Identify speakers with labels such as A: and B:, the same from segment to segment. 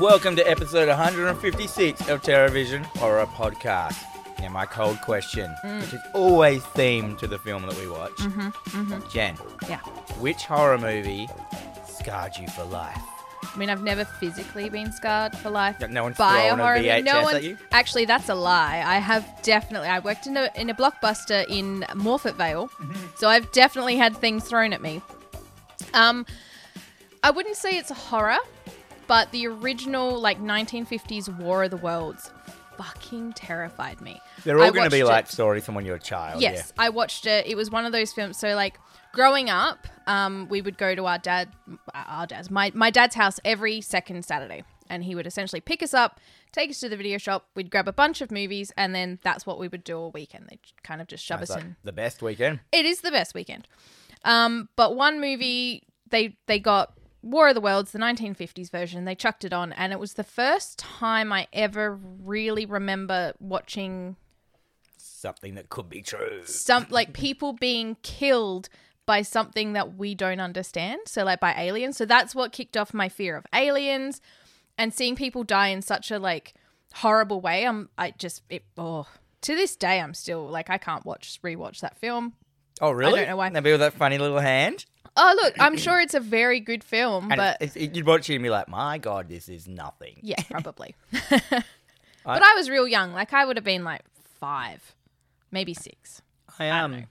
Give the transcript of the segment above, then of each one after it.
A: Welcome to episode 156 of TerraVision Horror Podcast. Now, my cold question, which is always themed to the film that we watch.
B: Mm-hmm,
A: Jen,
B: Yeah.
A: which horror movie scarred you for life?
B: I mean, I've never physically been scarred for life
A: Yeah, no one's
B: by a
A: thrown a
B: horror movie.
A: VHS
B: No
A: at
B: one's
A: you?
B: actually. That's a lie. I have definitely. I worked in a in a blockbuster in Morfett Vale,
A: Mm-hmm.
B: so I've definitely had things thrown at me. Um, I wouldn't say it's a horror, but the original like 1950s War of the Worlds fucking terrified me.
A: They're all
B: I
A: going to be
B: watched it-
A: like stories from when you were a child.
B: Yes, I watched it. It was one of those films. So like growing up, um, we would go to our dad, our dad's, my my dad's house every second Saturday, and he would essentially pick us up, take us to the video shop. We'd grab a bunch of movies, and then that's what we would do all weekend. They would kind of just shove
A: Yeah. It's
B: us
A: like
B: in.
A: the best weekend.
B: It is the best weekend. Um, but one movie they they got War of the Worlds, the 1950s version. They chucked it on, and it was the first time I ever really remember watching
A: Something that could be true.
B: some like people being killed by something that we don't understand so like by aliens so that's what kicked off my fear of aliens and seeing people die in such a like horrible way i'm i just it oh to this day i'm still like i can't watch rewatch that film
A: Oh, really?
B: know why.
A: Maybe with that funny little hand.
B: oh look i'm sure it's a very good film
A: And
B: but
A: it's, it's- you'd watch it and be like, my God, this is nothing.
B: yeah probably but i was real young like i would have been like five maybe six
A: I am.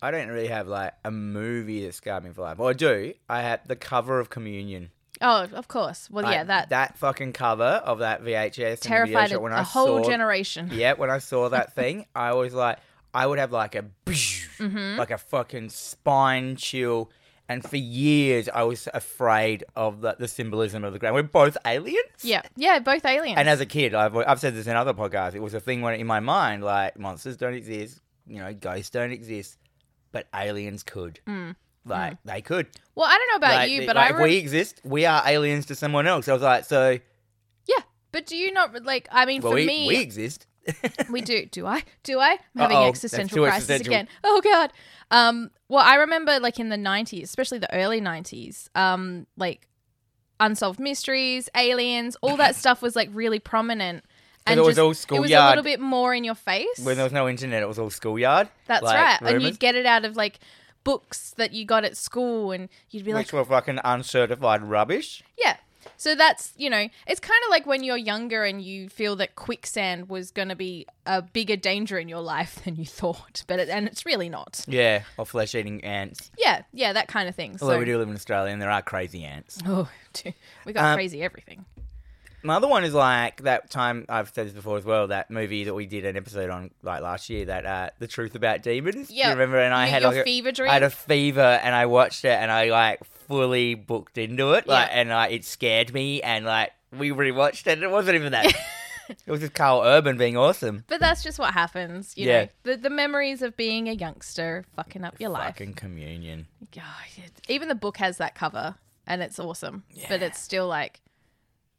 A: I don't really have like a movie that scarred me for life. Well, I do. I had the cover of Communion.
B: oh of course well yeah
A: Like,
B: that,
A: that fucking cover of that VHS and
B: terrified
A: the
B: a,
A: video shot, when
B: a
A: I
B: whole
A: saw,
B: generation
A: Yeah, when I saw that thing, I was like, I would have like a
B: Mm-hmm.
A: like a fucking spine chill. And for years, I was afraid of the, the symbolism of the ground. We're both aliens.
B: Yeah, yeah, both aliens.
A: And as a kid, I've, I've said this in other podcasts. It was a thing when in my mind, like monsters don't exist, you know, ghosts don't exist, but aliens could. Like they could.
B: well, I don't know about
A: like,
B: you,
A: the-
B: Hmm. but
A: like,
B: I
A: if
B: re-
A: we exist, we are aliens to someone else. I was like, so
B: yeah. But do you not like? I mean,
A: well,
B: for
A: we,
B: me,
A: we exist.
B: we do. Do I? Do I? I'm having
A: Uh-oh, that's
B: existential
A: too
B: crisis
A: existential.
B: again. Oh god. Um. Well, I remember like in the '90s, especially the early '90s. Um. Like unsolved mysteries, aliens, all that stuff was like really prominent. And
A: it was
B: just-
A: all
B: It was a
A: schoolyard.
B: little bit more in your face.
A: When there was no internet, it was all schoolyard.
B: That's
A: like,
B: right. And
A: rumors,
B: you'd get it out of like books that you got at school, and you'd be like,
A: which were fucking uncertified rubbish.
B: Yeah. So that's, you know, it's kind of like when you're younger and you feel that quicksand was going to be a bigger danger in your life than you thought, but it, and it's really not.
A: Yeah, or flesh eating ants.
B: Yeah, yeah, that kind of thing. So,
A: Although we do live in Australia, and there are crazy ants.
B: Oh, dude, we got
A: Um,
B: crazy everything.
A: My other one is like that time I've said this before as well. That movie that we did an episode on like last year, that uh, the truth about demons. Do
B: Yeah.
A: you remember? And I
B: You-
A: had
B: your
A: like, a-
B: fever dream?
A: I had a fever, and I watched it, and I like fully booked into it. Like,
B: Yeah.
A: and like it scared me, and like we rewatched it. And it wasn't even that. it was just Carl Urban being awesome.
B: But that's just what happens, you
A: Yeah.
B: know. The, the memories of being a youngster fucking up your life.
A: Fucking communion.
B: God, it- even the book has that cover and it's awesome, but it's still like,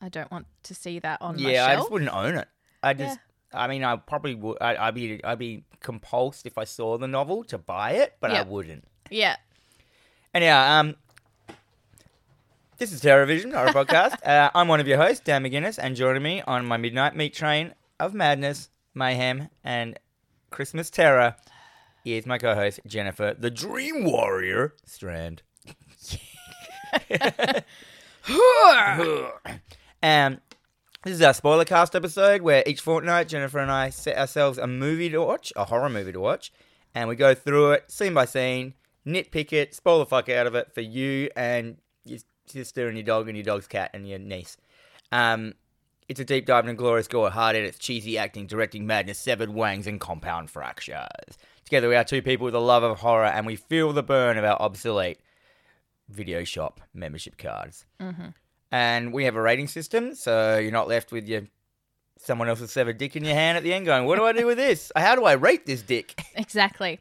B: I don't want to see that on my
A: Yeah,
B: shelf.
A: I just wouldn't own it. I just. I mean, I probably would. I, I'd be, I'd be compulsed if I saw the novel to buy it, but I
B: Yeah.
A: wouldn't.
B: yeah.
A: Anyhow, um, this is TerraVision, our podcast. Uh, I'm one of your hosts, Dan McGuinness, and joining me on my midnight meat train of madness, mayhem, and Christmas terror is my co-host Jennifer, the Dream Warrior Strand. um, this is our spoiler cast episode where each fortnight Jennifer and I set ourselves a movie to watch, a horror movie to watch, and we go through it scene by scene, nitpick it, spoil the fuck out of it for you and your sister and your dog and your dog's cat and your niece. Um, it's a deep dive into glorious gore, hard edits, cheesy acting, directing madness, severed wangs, and compound fractures. Together, we are two people with a love of horror, and we feel the burn of our obsolete video shop membership cards. Mm-hmm. And we have a rating system, so you're not left with your someone else's severed dick in your hand at the end, going, "What do I do with this? How do I rate this dick?"
B: Exactly.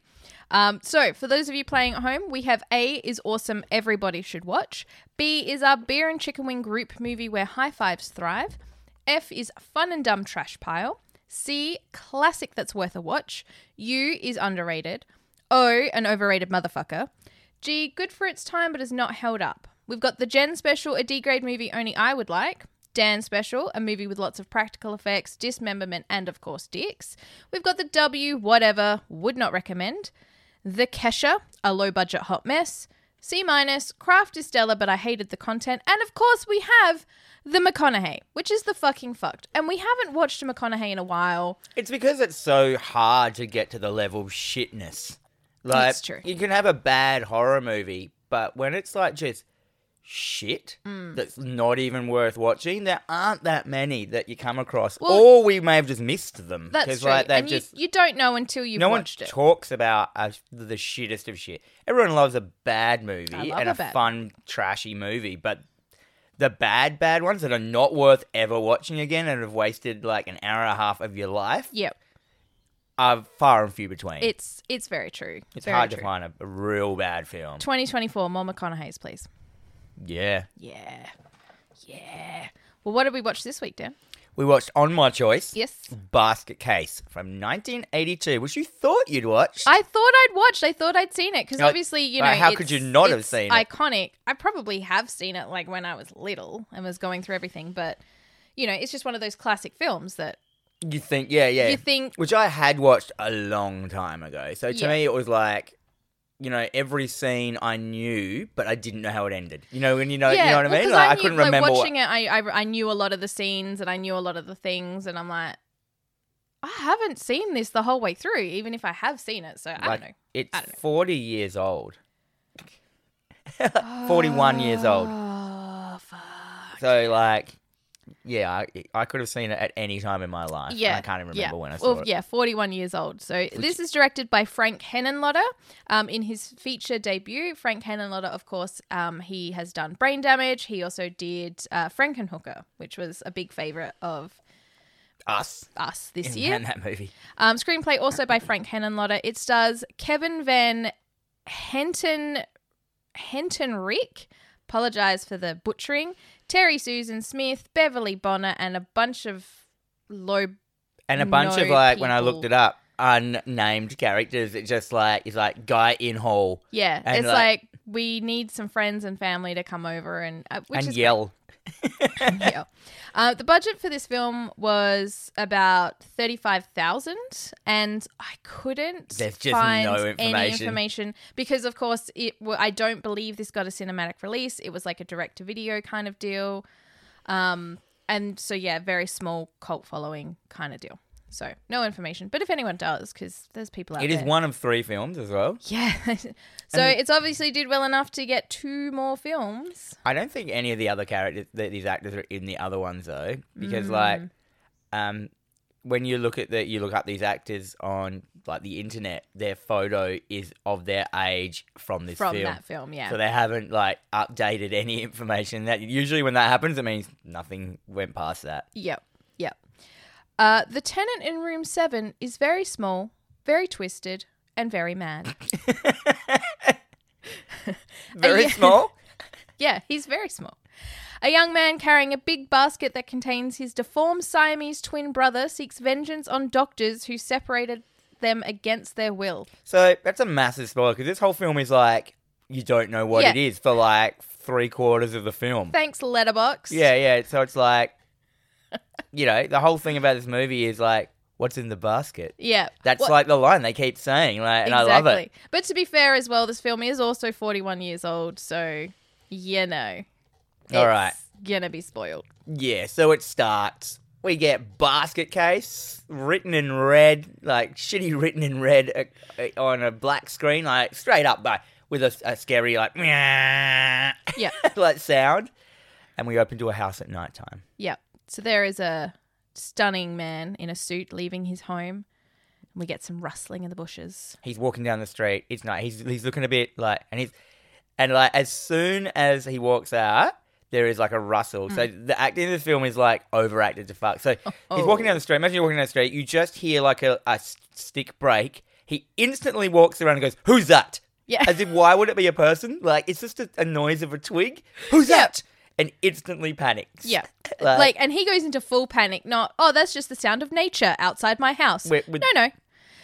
B: Um, so, for those of you playing at home, we have A is awesome, everybody should watch. B is our beer and chicken wing group movie where high fives thrive. F is fun and dumb trash pile. C, classic that's worth a watch. U is underrated. O, an overrated motherfucker. G, good for its time but is not held up. We've got the Gen special, a D grade movie only I would like. Dan Special, a movie with lots of practical effects, dismemberment, and of course, dicks. We've got the W, whatever, would not recommend. The Kesha, a low budget hot mess. C minus, Craft is stellar, but I hated the content. And of course, we have The McConaughey, which is the fucking fucked. And we haven't watched a McConaughey in a while.
A: It's because it's so hard to get to the level of shitness. Like
B: That's true.
A: you can have a bad horror movie, but when it's like just shit
B: Mm.
A: that's not even worth watching, there aren't that many that you come across.
B: Well,
A: or we may have just missed them.
B: That's
A: 'cause,
B: true.
A: Like, they've
B: and
A: just
B: you, you don't know until you've
A: no one
B: watched it.
A: talks about uh, the shittest of shit. Everyone loves a bad movie
B: I love
A: and
B: a
A: a,
B: bad-
A: fun, trashy movie, but the bad, bad ones that are not worth ever watching again and have wasted like an hour and a half of your life
B: yep.
A: are far and few between.
B: It's it's very true.
A: it's
B: Very
A: hard
B: true.
A: to find a, a real bad film.
B: 2024, more McConaughey's, please.
A: Yeah.
B: Yeah. Yeah. Well, what did we watch this week, Dan?
A: We watched On My Choice
B: Yes.
A: Basket Case from 1982, which you thought you'd watch.
B: I thought I'd watched. I thought I'd seen it because
A: Like,
B: obviously, you know,
A: like, how could
B: it's-
A: you not have
B: it's
A: seen it?
B: Iconic. I probably have seen it like when I was little and was going through everything, but you know, it's just one of those classic films that
A: You think, yeah, yeah.
B: you think
A: which I had watched a long time ago. So to
B: Yeah.
A: me, it was like, you know, every scene I knew, but I didn't know how it ended. You know, and you know,
B: yeah,
A: you know what
B: well,
A: I mean?
B: 'cause
A: Like, I,
B: knew-
A: couldn't
B: like,
A: remember. what-
B: Watching it, I, I I knew a lot of the scenes and I knew a lot of the things, and I'm like, I haven't seen this the whole way through, even if I have seen it. So I
A: Like,
B: don't know.
A: it's
B: I don't know.
A: forty years old. Forty-one years old.
B: Oh fuck!
A: So like, yeah, I, I could have seen it at any time in my life. and
B: Yeah,
A: I can't even
B: yeah.
A: remember when I saw
B: Well,
A: it.
B: yeah, 41 years old. So this is directed by Frank Henenlotter. Um, in his feature debut, Frank Henenlotter, of course, um, he has done Brain Damage. He also did uh, Frankenhooker, which was a big favorite of
A: Us
B: us this
A: in,
B: year.
A: in that movie.
B: Um, screenplay also by Frank Henenlotter. It stars Kevin Van Henton Henton Rick. Apologize for the butchering. Terry Susan Smith, Beverly Bonner, and a bunch of low.
A: and a bunch of
B: no
A: like when I looked it
B: people.
A: up, unnamed characters. It just like it's like guy in hall
B: Yeah,
A: And
B: it's like,
A: like-
B: we need some friends and family to come over and uh, which
A: and
B: is
A: yell.
B: yeah. Uh, the budget for this film was about thirty-five thousand, and I couldn't
A: There's just
B: find
A: no
B: any
A: information.
B: information because, of course, it. wa- I don't believe this got a cinematic release. It was like a direct-to-video kind of deal, um, and so yeah, very small cult following kind of deal. So no information, but if anyone does, because there's people out
A: It
B: there.
A: is one of three films as well.
B: Yeah. so it's obviously did well enough to get two more films.
A: I don't think any of the other characters that these actors are in the other ones though,
B: Mm.
A: because like, um, when you look at the you look up these actors on like the internet, their photo is of their age from this
B: From
A: film.
B: that film, yeah.
A: So they haven't like updated any information. That usually when that happens, it means nothing went past that.
B: Yep. Yep. Uh, the tenant in room seven is very small, very twisted, and very mad.
A: Very
B: Uh, yeah.
A: small.
B: yeah, he's very small. A young man carrying a big basket that contains his deformed Siamese twin brother seeks vengeance on doctors who separated them against their will.
A: So that's a massive spoiler because this whole film is like you don't know what
B: Yeah.
A: it is for like three quarters of the film.
B: Thanks, Letterbox.
A: yeah, yeah. So it's like, you know, the whole thing about this movie is like, what's in the basket?
B: Yeah.
A: That's
B: What-
A: like the line they keep saying, like, and I love it.
B: But to be fair as well, this film is also 41 years old, so you know.
A: All right.
B: it's Gonna be spoiled.
A: Yeah. So it starts. We get basket case written in red, like shitty written in red uh, uh, on a black screen, like straight up, like with a, a scary like,
B: Yeah.
A: like sound, and we open to a house at night time.
B: Yep. So there is a stunning man in a suit leaving his home, and we get some rustling in the bushes.
A: he's walking down the street. It's night. He's he's looking a bit like, and he's and like as soon as he walks out, there is like a rustle. So
B: Mm.
A: the acting in the film is like overacted to fuck. So
B: Oh,
A: he's walking down the street. Imagine you're walking down the street. You just hear like a, a s- stick break. He instantly walks around and goes, "Who's that?"
B: Yeah.
A: As if why would it be a person? Like it's just a, a noise of a twig. Who's
B: Yeah.
A: that? And instantly panics.
B: Yeah.
A: Like-
B: like, and he goes into full panic, not, oh, that's just the sound of nature outside my house.
A: We- we-
B: no, no.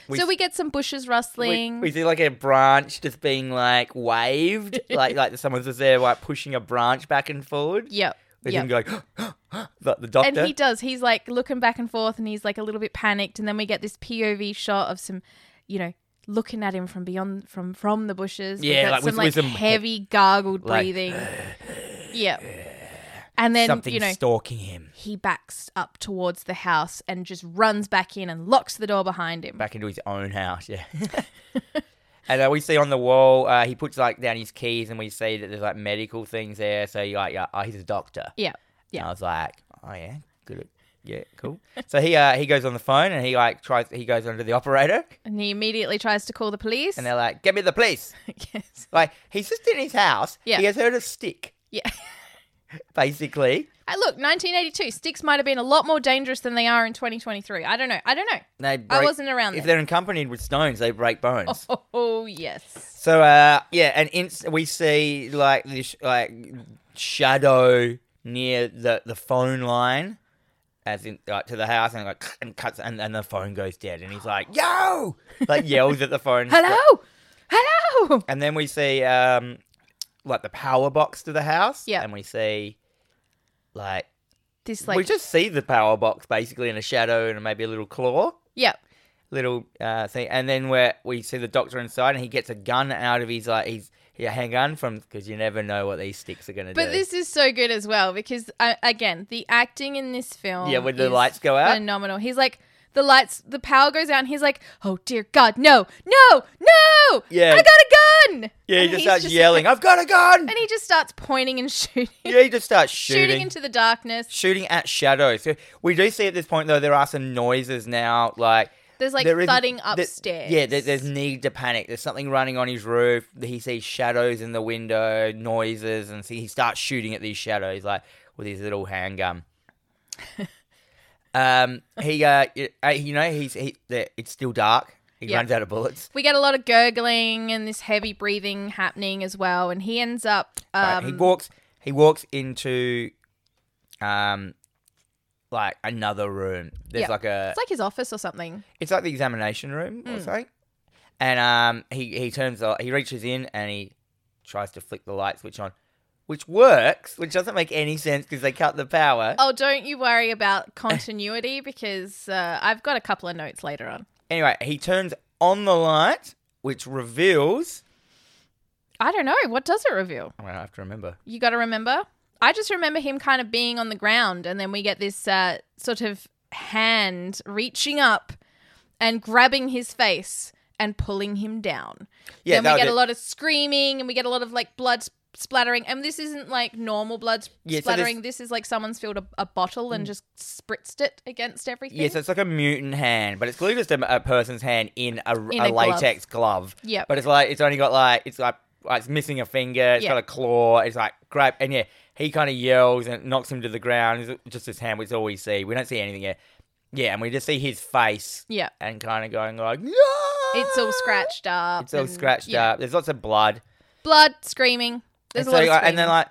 A: we-
B: so we get some bushes
A: We,
B: rustling.
A: we see like a branch just being like waved, like like someone's just there like pushing a branch back and forward.
B: yep.
A: They
B: Yeah.
A: didn't go like the, the doctor.
B: And he does. He's like looking back and forth and he's like a little bit panicked and then we get this POV shot of some, you know, looking at him from beyond from from the bushes. We've
A: Yeah, like,
B: got
A: with-
B: some
A: with
B: like
A: some he-
B: heavy gargled
A: like,
B: breathing. yeah. And then
A: Something
B: you know
A: stalking him
B: he backs up towards the house and just runs back in and locks the door behind him.
A: back into his own house. Yeah. and uh, we see on the wall, uh, he puts like down his keys, and we see that there's like medical things there. So you're like, yeah, oh, he's a doctor.
B: Yeah.
A: And
B: Yeah.
A: I was like, oh yeah, good. Yeah, cool. so he uh, he goes on the phone and he like tries. He goes under the operator,
B: And he immediately tries to call the police.
A: and they're like, "Get me the police!"
B: yes.
A: Like he's just in his house.
B: Yeah.
A: He has heard a stick,
B: Yeah.
A: basically.
B: Hey, look, 1982. Sticks might have been a lot more dangerous than they are in 2023. I don't know. I don't know.
A: They
B: I
A: break-
B: wasn't around
A: If
B: then.
A: they're accompanied with stones, they break bones.
B: Oh, oh, yes.
A: So uh, yeah, and inst- we see like this like shadow near the the phone line, as in like, to the house, and like and cuts, and, and the phone goes dead, and he's like, "Yo!" like yells at the phone.
B: Hello, hello.
A: And then we see um, like the power box to the house.
B: Yeah.
A: And we see like,
B: This like,
A: we just see the power box basically in a shadow and maybe a little claw,
B: yeah,
A: little uh, thing. And then where we see the doctor inside and he gets a gun out of his like he's yeah handgun from because you never know what these sticks are gonna
B: but
A: do.
B: this is so good as well because uh, again, the acting in this film,
A: Yeah, when the
B: is
A: lights go out.
B: phenomenal. He's like. The lights, the power goes out, and he's like, "Oh dear God, no, no, no!
A: Yeah.
B: I got a gun!"
A: yeah, he
B: And
A: just
B: he's
A: starts yelling. I've got a gun.
B: and he just starts pointing and shooting,
A: yeah, he just starts
B: shooting,
A: shooting.
B: into the darkness.
A: Shooting at shadows. So we do see at this point though there are some noises now, like
B: There's like
A: There is-
B: thudding
A: there-
B: upstairs.
A: yeah, there, there's need to panic. There's something running on his roof. He sees shadows in the window, noises, and see, he starts shooting at these shadows like with his little handgun. um, he uh, y- uh, you know, he's he. the- It's still dark. He
B: Yeah.
A: runs out of bullets.
B: we get a lot of gurgling and this heavy breathing happening as well, and he ends up.
A: Right,
B: Um,
A: he walks. He walks into, um, like another room. There's
B: Yeah.
A: like a.
B: it's like his office or something.
A: it's like the examination room
B: Hmm.
A: or something. And um, he he turns the, he reaches in and he tries to flick the light switch on, which works, which doesn't make any sense because they cut the power.
B: Oh, don't you worry about continuity because uh, I've got a couple of notes later on.
A: Anyway, he turns on the light, which reveals.
B: I don't know. What does it reveal?
A: I'm gonna have to remember.
B: You got to remember. I just remember him kind of being on the ground, and then we get this uh, sort of hand reaching up and grabbing his face and pulling him down.
A: Yeah,
B: then
A: that
B: we
A: was
B: get
A: it.
B: a lot of screaming and we get a lot of like blood sp- splattering. And this isn't like normal blood sp-
A: Yeah, so Mm. this-
B: splattering. this... is like someone's filled a, a bottle and just spritzed it against everything.
A: Yes, it's like a mutant hand, but it's clearly just a, a person's hand in a,
B: In
A: a
B: a glove.
A: latex glove.
B: Yep.
A: But it's like it's only got like it's like, like it's missing a finger. It's
B: Yeah.
A: got a claw. It's like grab and yeah, he kind of yells and knocks him to the ground. It's just his hand, which is all we see. We don't see anything yet. Yeah, and we just see his face
B: yeah.
A: and kind of going like, no!
B: It's all scratched up.
A: It's all
B: and-
A: scratched
B: yeah.
A: up. There's lots of blood.
B: Blood, screaming. There's
A: and
B: a lot
A: so,
B: of
A: like,
B: screaming.
A: and then like,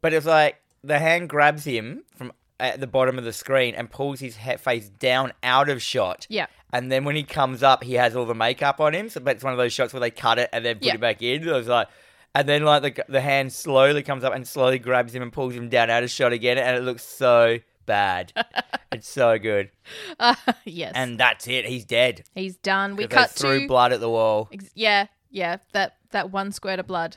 A: but it's like the hand grabs him from at the bottom of the screen and pulls his he- face down out of shot.
B: yeah.
A: And then when he comes up, he has all the makeup on him. So, but it's one of those shots where they cut it and then put
B: Yeah.
A: it back in. So it's like, and then like the the hand slowly comes up and slowly grabs him and pulls him down out of shot again, and it looks so bad. it's so good.
B: Uh, yes. And
A: And that's it. He's dead.
B: he's done. We
A: 'Cause
B: cut
A: they threw
B: to
A: blood at the wall.
B: ex- Yeah, yeah, that that one squirt of blood.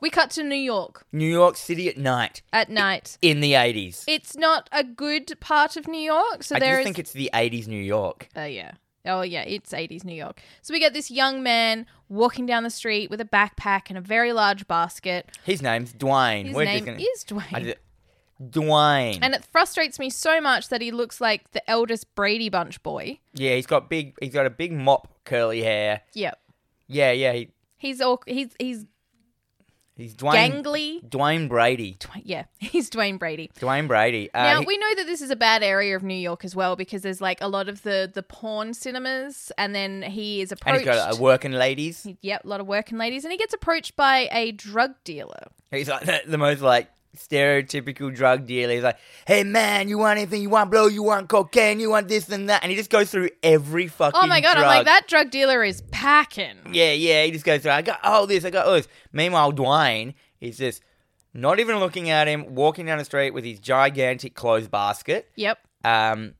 B: We cut to New York
A: New York City at night
B: at night.
A: in the eighties.
B: It's not a good part of New York, so
A: I
B: there
A: just
B: is
A: think it's the eighties New York.
B: Oh yeah. Oh yeah, it's 80s New York. So we get this young man walking down the street with a backpack and a very large basket.
A: His name's Dwayne.
B: His
A: We're just
B: name
A: gonna-
B: is Dwayne.
A: I just- Dwayne.
B: and it frustrates me so much that he looks like the eldest Brady Bunch boy.
A: yeah, he's got big. He's got a big mop, curly hair.
B: Yep.
A: Yeah, yeah. He,
B: He's all he's he's
A: he's Dwayne.
B: gangly.
A: Dwayne Brady.
B: Dwayne- Yeah, he's Dwayne Brady.
A: Dwayne Brady. Uh,
B: Now
A: he-
B: we know that this is a bad area of New York as well because there's like a lot of the the porn cinemas, and then he is
A: and
B: approached.
A: he's got a working ladies.
B: Yep, a lot of working ladies, and he gets approached by a drug dealer.
A: He's like the, the most like stereotypical drug dealer. He's like, "Hey man, you want anything? You want blow? You want cocaine? You want this and that?" And he just goes through every fucking.
B: Oh my god,
A: drug.
B: I'm like that drug dealer is packing.
A: Yeah, yeah. He just goes through. I got all this. I got all this. Meanwhile, Dwayne is just not even looking at him, walking down the street with his gigantic clothes basket,
B: Yep.
A: um,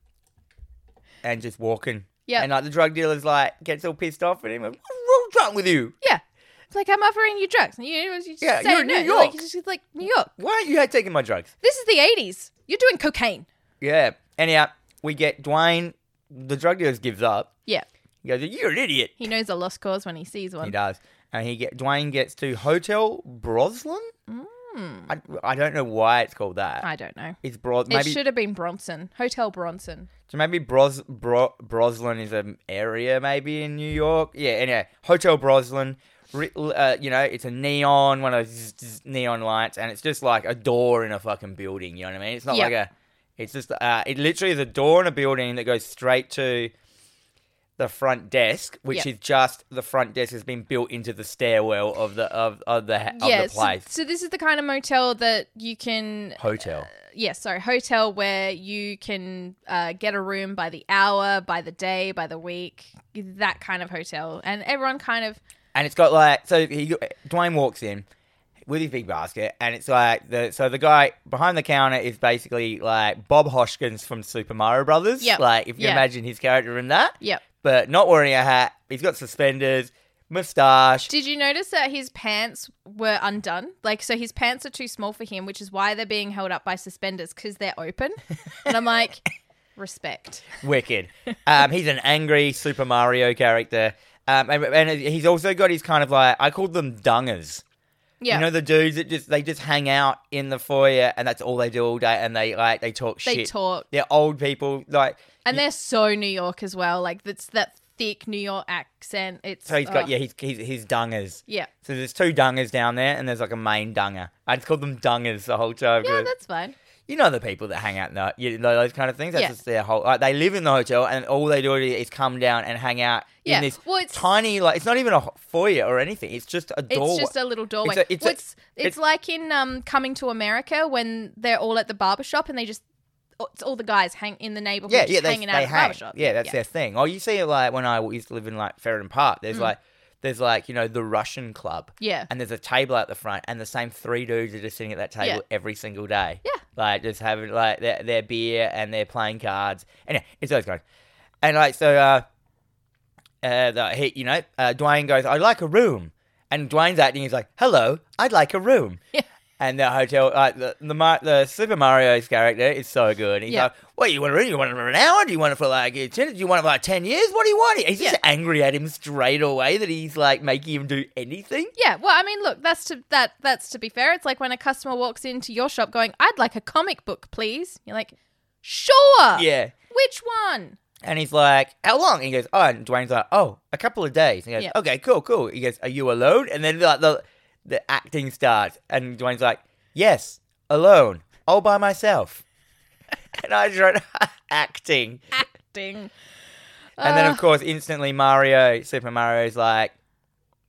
A: and just walking.
B: Yep.
A: And like the drug dealer's like gets all pissed off at him. Like, What's wrong with you?
B: Yeah. It's like I'm offering you drugs. And you, you just
A: Yeah,
B: say
A: you're in
B: no.
A: New
B: Like,
A: York.
B: it's just like New York.
A: Why aren't you taking my drugs?
B: This is the 80s. You're doing cocaine.
A: Yeah. Anyhow, we get Dwayne. The drug dealer gives up.
B: Yeah.
A: He goes, "You're an idiot."
B: He knows a lost cause when he sees
A: He
B: one.
A: does, and he get Dwayne gets to Hotel Broslin. I, I don't know why it's called that.
B: Mm. I don't know.
A: it's Bros.
B: it
A: Maybe
B: should have been Bronson. Hotel Bronson.
A: so maybe Bros Bro, Broslin is an area maybe in New York. Yeah. Anyway, Hotel Broslin. ri- Uh, you know, it's a neon one of those zzz, zzz, neon lights, and it's just like a door in a fucking building. You know what I mean? It's not
B: Yeah.
A: like a. It's just uh, it literally is a door in a building that goes straight to the front desk, which
B: Yeah.
A: is just the front desk has been built into the stairwell of the of, of the of
B: yeah,
A: the
B: so-
A: place.
B: So, this is the kind of motel that you can.
A: Hotel.
B: Yes, sorry, hotel where you can uh, get a room by the hour, by the day, by the week. That kind of hotel, and everyone kind of
A: and it's got like so he Dwayne walks in with his big basket, and it's like the so the guy behind the counter is basically like Bob Hoskins from Super Mario Brothers.
B: Yep.
A: like if you
B: Yeah.
A: imagine his character in that,
B: yep.
A: but not wearing a hat. He's got suspenders, moustache.
B: Did you notice that his pants were undone? Like, so his pants are too small for him, which is why they're being held up by suspenders because they're open. And I'm like, respect.
A: Wicked. Um, he's an angry Super Mario character. Um, and, and he's also got his kind of like I called them dungers.
B: Yeah,
A: You know the dudes that just they just hang out in the foyer and that's all they do all day and they like they talk
B: they
A: shit.
B: talk,
A: They're old people like
B: and they're so New York as well. Like, that's that thick New York accent. It's
A: So he's got
B: oh,
A: yeah, he's he's, he's dungers.
B: yeah,
A: So there's two dungers down there, and there's like a main dunger. I just called them dungers the whole time.
B: yeah.
A: 'cause
B: That's fine.
A: you know the people that hang out in the, you know those kind of things. That's
B: Yeah.
A: just their whole. Like, they live in the hotel, and all they do is come down and hang out
B: Yeah,
A: in this
B: well, it's-
A: tiny like it's not even a ho- foyer or anything. It's just a
B: It's
A: door.
B: just a little doorway.
A: a- it's a-
B: It's well, it's, it's,
A: it's-
B: like in um, Coming to America when they're all at the barber shop and they just oh, it's all the guys hang in the neighborhood
A: yeah,
B: just
A: yeah, they,
B: hanging out
A: they
B: at the
A: hang.
B: barber shop.
A: Yeah, that's their thing. Or you see it like when I used to live in like Ferron Park. There's like there's like you know the Russian club.
B: Mm. Yeah.
A: and there's a table out the front, and the same three dudes are just sitting at that table
B: Yeah.
A: every single day.
B: Yeah.
A: like just having like their, their beer and they're playing cards. And it's those guys. And like so, uh, uh, the, he, you know, uh, Dwayne goes, "I'd like a room," and Dwayne's acting. He's like, "Hello, I'd like a room."
B: Yeah.
A: And the hotel, uh, the the, Mar- the Super Mario's character is so good. He's
B: Yeah.
A: like, "What you want a room? You want it for an hour? Do you want it for like ten? Do you want it for like ten years? What do you want?" He's just angry at him straight away that he's like making him do anything.
B: Yeah, well, I mean, look, that's to that that's to be fair. It's like when a customer walks into your shop going, "I'd like a comic book, please." You're like, "Sure."
A: Yeah.
B: Which one?
A: And he's like, "How long?" And he goes, "Oh." And Dwayne's like, "Oh, a couple of days." And he goes,
B: Yeah.
A: "Okay, cool, cool." He goes, "Are you alone?" And then like the the acting starts, and Dwayne's like, "Yes, alone, all by myself." and I just wrote acting,
B: Acting.
A: and then
B: Ah.
A: of course instantly Mario, Super Mario's like,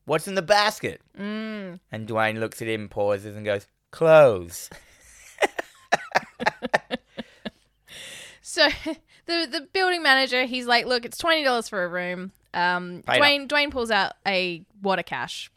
A: "What's in the basket?"
B: Mm.
A: And Dwayne looks at him, pauses, and goes, "Clothes."
B: So the the building manager, he's like, "Look, it's twenty dollars for a room." Um,
A: Paid up.
B: Dwayne Dwayne pulls out a water cash,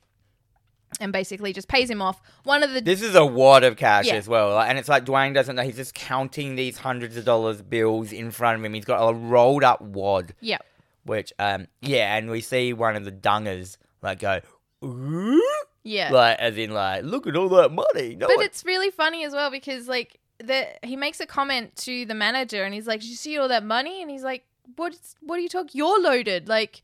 B: and basically just pays him off. One of the
A: This is a wad of cash
B: Yeah.
A: as well. like- and it's like Dwayne doesn't know. He's just counting these hundreds of dollars bills in front of him. He's got a rolled up wad,
B: yeah
A: which, um, yeah, and we see one of the dungers like go, Ooh?
B: yeah.
A: like as in like, look at all that money. No
B: But
A: one-"
B: it's really funny as well because like the he makes a comment to the manager and he's like, "Did you see all that money?" And he's like, "What's what do you talk? You're loaded." Like,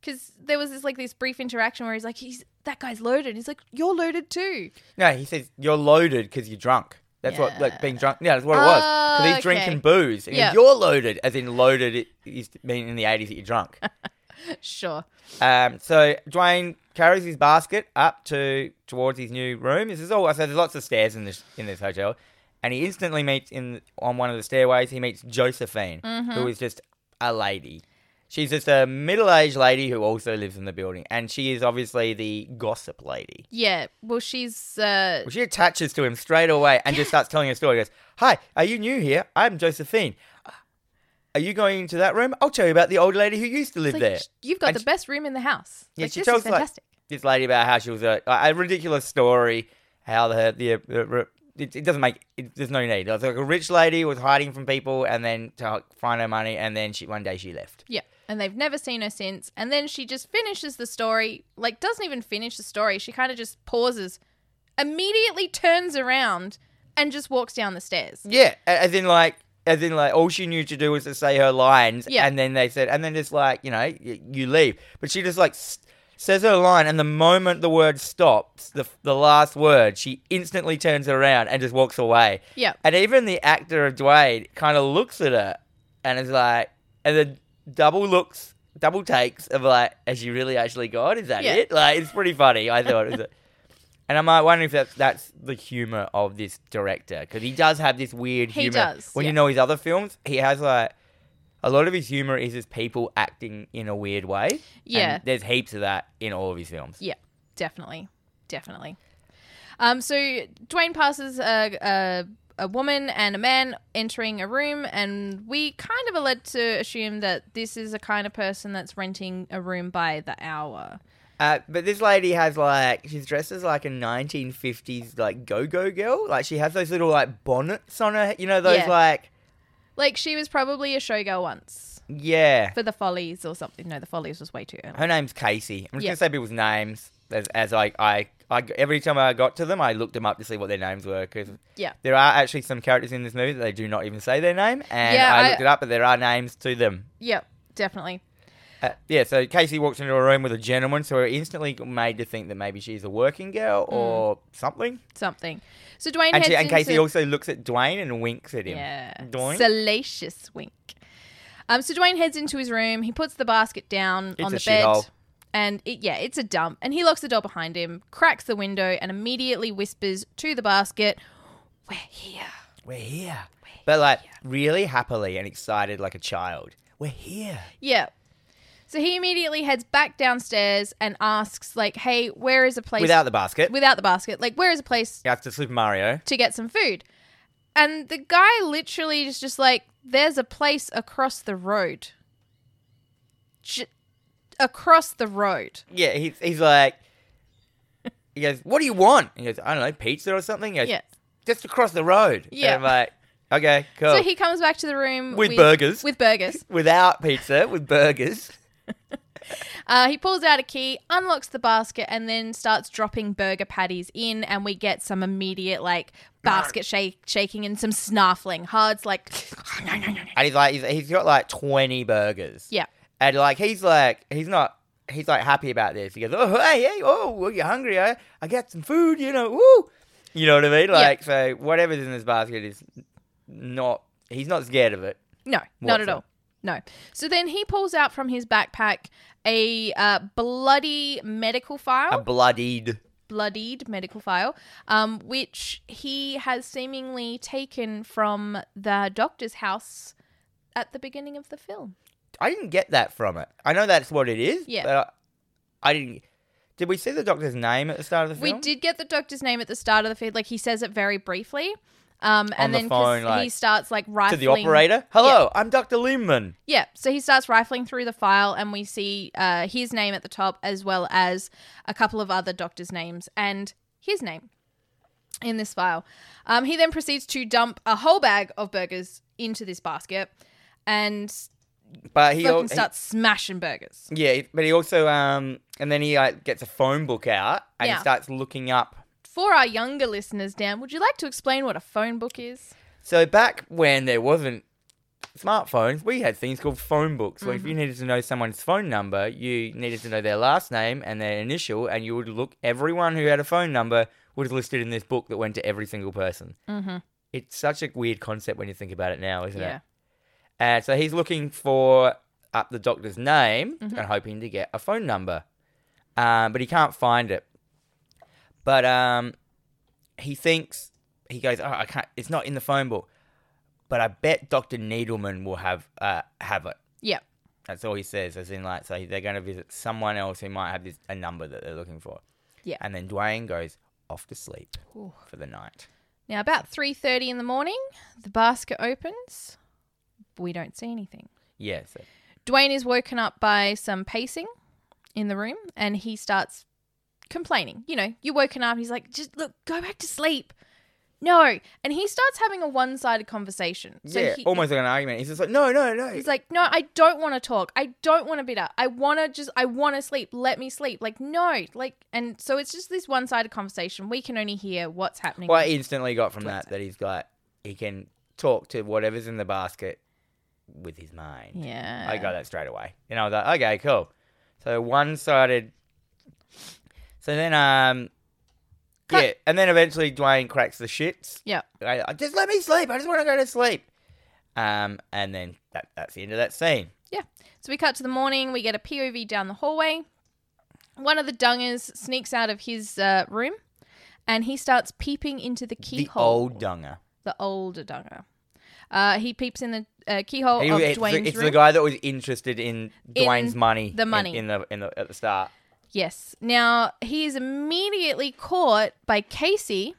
B: because there was this like this brief interaction where he's like, "He's that guy's loaded." He's like, "You're loaded too."
A: no, he says you're loaded because you're drunk. That's what like being drunk. Yeah, that's what it was.
B: Oh,
A: 'Cause he's
B: okay.
A: drinking booze. And he goes,
B: Yeah.
A: you're loaded, as in loaded. It is meaning in the eighties that you're drunk.
B: sure.
A: Um, so Dwayne carries his basket up to towards his new room. This is all. So there's lots of stairs in this in this hotel, and he instantly meets in on one of the stairways. He meets Josephine, who is just a lady. She's just a middle-aged lady who also lives in the building, and she is obviously the gossip lady.
B: Yeah. Well, she's uh,
A: Well, she attaches to him straight away and just starts telling a story. Goes, "Hi, are you new here? I'm Josephine. Are you going into that room? I'll tell you about the old lady who used to live
B: like,
A: there."
B: you've got
A: And
B: the best room in the house.
A: Yeah,
B: like,
A: she
B: this
A: tells
B: is fantastic.
A: like this lady about how she was a, a ridiculous story, how the the, the it, it doesn't make it, there's no need. It's like a rich lady was hiding from people and then to find her money, and then she one day she left.
B: Yeah. And they've never seen her since. And then she just finishes the story, like, doesn't even finish the story. She kind of just pauses, immediately turns around, and just walks down the stairs.
A: Yeah, a- as in like. As in, like, all she knew to do was to say her lines,
B: Yeah.
A: and then they said, and then just like, you know, y- you leave. But she just like s- says her line, and the moment the word stops, the the last word, she instantly turns around and just walks away.
B: Yeah.
A: And even the actor of Dwayne kind of looks at her and is like, and then double looks, double takes of like, has she really actually got? Is that
B: Yeah.
A: it? Like, it's pretty funny. I thought it was. A, and I'm like wondering if that's, that's the humor of this director because he does have this weird
B: He
A: humor.
B: does,
A: When
B: yeah.
A: you know his other films, he has like a lot of his humor is his people acting in a weird way. and
B: Yeah.
A: there's heaps of that in all of his films.
B: Yeah, definitely, definitely. Um, so Dwayne passes a, a a woman and a man entering a room, and we kind of are led to assume that this is a kind of person that's renting a room by the hour.
A: Uh, but this lady has like she's dressed as like a 1950s like go-go girl. Like she has those little like bonnets on her. You know those
B: Yeah.
A: like
B: Like she was probably a showgirl once
A: yeah.
B: for the Follies or something. No, the Follies was way too early.
A: Her name's Casey. I'm just
B: Yeah.
A: gonna say people's names as as I, I I every time I got to them I looked them up to see what their names were because
B: Yeah.
A: there are actually some characters in this movie that they do not even say their name and
B: Yeah,
A: I,
B: I-
A: looked it up but there are names to them.
B: Yep, definitely.
A: Uh, yeah, so Casey walks into a room with a gentleman, so we're instantly made to think that maybe she's a working girl
B: Hmm.
A: or something.
B: Something. So Dwayne
A: And,
B: heads
A: she, and
B: into-
A: Casey also looks at Dwayne and winks at him.
B: Yeah.
A: Doink.
B: Salacious wink. Um, so Dwayne heads into his room. He puts the basket down on
A: a
B: the bed.
A: shithole.
B: And it, yeah, it's a dump. And he locks the door behind him, cracks the window, and immediately whispers to the basket, We're here.
A: We're here. but like really happily and excited like a child. We're here.
B: Yeah. So he immediately heads back downstairs and asks, like, hey, where is a place
A: Without the basket.
B: without the basket? Like, where is a place
A: After Super Mario.
B: to get some food? And the guy literally is just like, there's a place across the road. J- across the road.
A: Yeah, he's, he's like, he goes, what do you want? He goes, I don't know, pizza or something? He goes,
B: Yeah.
A: just across the road.
B: Yeah.
A: And I'm like, okay, cool.
B: So he comes back to the room
A: Oh. With burgers.
B: With burgers.
A: Without pizza, with burgers.
B: Uh, he pulls out a key, unlocks the basket, and then starts dropping burger patties in. And we get some immediate like basket shake, shaking and some snarfling. Hard's like,
A: And he's like, he's, he's got like 20 burgers.
B: yeah,
A: And like he's like he's not he's like happy about this. He goes, Oh hey, hey, oh well, you're hungry, I I got some food, you know, woo You know what I mean? Like so whatever's in this basket is not he's not scared of it.
B: no, not
A: What's
B: at
A: up?
B: all. No. So then he pulls out from his backpack a uh, bloody medical file.
A: A bloodied
B: bloodied medical file, um, which he has seemingly taken from the doctor's house at the beginning of the film.
A: I didn't get that from it. I know that's what it is.
B: Yeah.
A: But I, I didn't did we see the doctor's name at the start of the
B: We
A: film?
B: did get the doctor's name at the start of the feed, like he says it very briefly. Um, and
A: On the
B: then 'cause
A: phone, like,
B: he starts like
A: To
B: rifling
A: the operator. Hello, I'm Dr. Lehman.
B: Yeah, so he starts rifling through the file, and we see uh, his name at the top, as well as a couple of other doctors' names and his name in this file. Um, he then proceeds to dump a whole bag of burgers into this basket and
A: But he, al-
B: fucking
A: he
B: starts smashing burgers.
A: yeah, but he also um and then he like gets a phone book out and
B: Yeah.
A: he starts looking up
B: For our younger listeners, Dan, would you like to explain what a phone book is?
A: So back when there wasn't smartphones, we had things called phone books. Where if you needed to know someone's phone number, you needed to know their last name and their initial, and you would look. Everyone who had a phone number was listed in this book that went to every single person. Mm-hmm. It's such a weird concept when you think about it now, isn't
B: Yeah.
A: it? And Uh, so he's looking for up the doctor's name
B: Mm-hmm.
A: and hoping to get a phone number, um, but he can't find it. But um, he thinks he goes, "Oh, I can't. It's not in the phone book." But I bet Doctor Needleman will have uh, have it.
B: Yeah.
A: That's all he says. As in, like, so they're going to visit someone else who might have this a number that they're looking for.
B: Yeah.
A: And then Dwayne goes off to sleep
B: Ooh.
A: for the night.
B: Now, about 3.30 in the morning, the basket opens. We don't see anything.
A: Yeah. So
B: Dwayne is woken up by some pacing in the room and he starts complaining. You know, you woken up and he's like, just look, go back to sleep. No. And he starts having a one sided conversation. So
A: yeah,
B: he,
A: almost like an argument. He's just like, no, no, no.
B: He's like, no, I don't want to talk. I don't want to beat up. I want to just, I want to sleep. Let me sleep. Like, no. Like, and so it's just this one sided conversation. We can only hear what's happening.
A: Well, I instantly got from that that he's got he can talk to whatever's in the basket with his mind.
B: yeah.
A: I got that straight away, and I was like, okay, cool. So one sided. So then, um,
B: Cut.
A: yeah, and then eventually Dwayne cracks the shits.
B: Yep.
A: I, I- just let me sleep. I just want to go to sleep. Um, and then that, that's the end of that scene.
B: So we cut to the morning. We get a POV down the hallway. One of the dungers sneaks out of his uh, room and he starts peeping into the keyhole.
A: The old dunger.
B: The older dunger. Uh, he peeps in the uh, keyhole
A: He-
B: of
A: it's,
B: Dwayne's
A: the, it's
B: room.
A: the guy that was interested in
B: In
A: Dwayne's money.
B: the
A: in-
B: money.
A: in, the in the at the start.
B: Yes. Now he is immediately caught by Casey,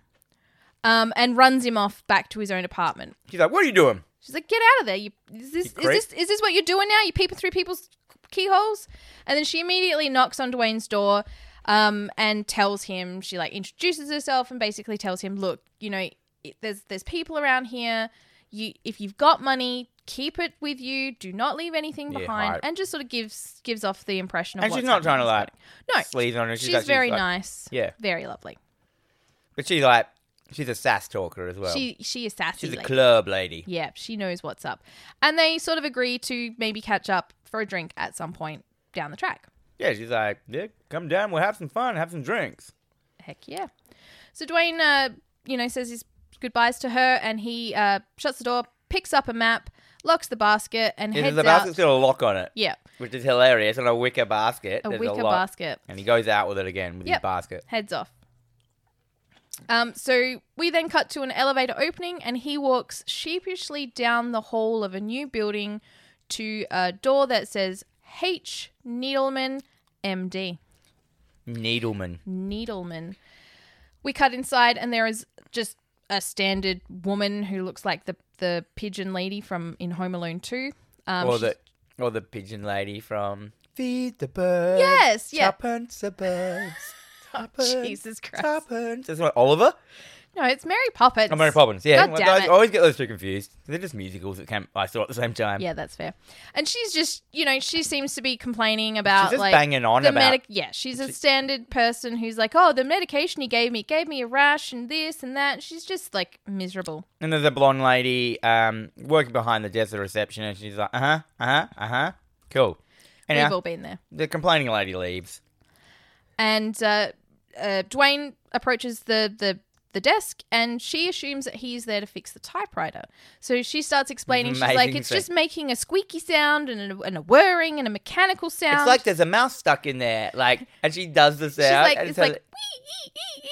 B: um, and runs him off back to his own apartment.
A: He's like, "What are you doing?"
B: She's like, "Get out of there! You is this is
A: creep."
B: this is this what you're doing now? You peeping through people's keyholes?" And then she immediately knocks on Dwayne's door, um, and tells him she like introduces herself and basically tells him, "Look, you know, it- there's there's people around here. You if you've got money." Keep it with you. Do not leave anything
A: Yeah,
B: behind,
A: right.
B: and just sort of gives gives off the impression of.
A: And she's
B: what's
A: not trying to
B: happening.
A: like
B: No,
A: sleaze on her.
B: She's,
A: actually
B: very
A: like-
B: nice.
A: Yeah,
B: Very lovely.
A: but she's like, she's a sass talker as well.
B: she she is sassy.
A: she's a
B: like-
A: club lady.
B: yeah, she knows what's up. And they sort of agree to maybe catch up for a drink at some point down the track.
A: Yeah, she's like, yeah, come down, we'll have some fun, have some drinks.
B: Heck yeah. So Dwayne, uh, you know, says his goodbyes to her and he uh, shuts the door, picks up a map, locks the basket, and
A: Yeah,
B: heads
A: the
B: out.
A: basket's got a lock on it,
B: Yeah,
A: which is hilarious. On a wicker basket,
B: a
A: there's
B: wicker
A: lock.
B: basket.
A: and he goes out with it again with
B: Yep.
A: his basket.
B: Heads off. Um, so we then cut to an elevator opening, and he walks sheepishly down the hall of a new building to a door that says H. Needleman, MD.
A: Needleman.
B: Needleman. We cut inside, and there is just a standard woman who looks like the the pigeon lady from in Home Alone Two. Um,
A: or
B: she's-
A: the or the pigeon lady from Feed the Birds.
B: Yes, yeah. Oh,
A: Tuppence the birds. Tuppence.
B: Jesus Christ.
A: Tuppence. That's not Oliver.
B: no, it's Mary Poppins.
A: I'm Oh, Mary Poppins. Yeah,
B: God
A: I-
B: damn
A: I
B: it.
A: always get those two confused. They're just musicals that came I saw at the same time.
B: Yeah, that's fair. And she's just, you know, she seems to be complaining about
A: She's just
B: like
A: banging on
B: the
A: about.
B: medic. Yeah, she's a standard person who's like, oh, the medication he gave me gave me a rash and this and that. She's just like miserable.
A: and there's a blonde lady um, working behind the desk at the reception, and she's like, uh huh, uh huh, uh huh. Cool. And
B: We've all been there.
A: the complaining lady leaves.
B: And uh, uh, Dwayne approaches the the the desk and she assumes that he's there to fix the typewriter. So she starts explaining. She's like,
A: Amazing
B: it's
A: thing.
B: just making a squeaky sound and a, and a whirring and a mechanical sound.
A: It's like there's a mouse stuck in there, like, and she does the
B: Um, She's
A: sound.
B: like,
A: and
B: it's
A: so-
B: like, "Wee, ee, ee, ee,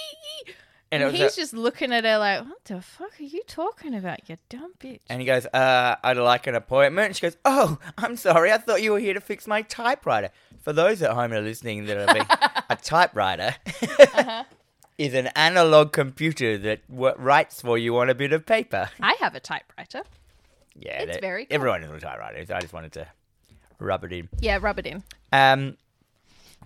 B: ee."
A: and, it
B: And
A: was
B: he's
A: a-
B: just looking at her like, what the fuck are you talking about, you dumb bitch?
A: and he goes, uh, I'd like an appointment. She goes, oh, I'm sorry, I thought you were here to fix my typewriter. For those at home that are listening that are big, a typewriter
B: Uh-huh.
A: is an analog computer that w- writes for you on a bit of paper.
B: I have a typewriter.
A: Yeah,
B: It's
A: that-
B: very cool.
A: Everyone is a typewriter, so I just wanted to rub it in.
B: Yeah, rub it in.
A: Um,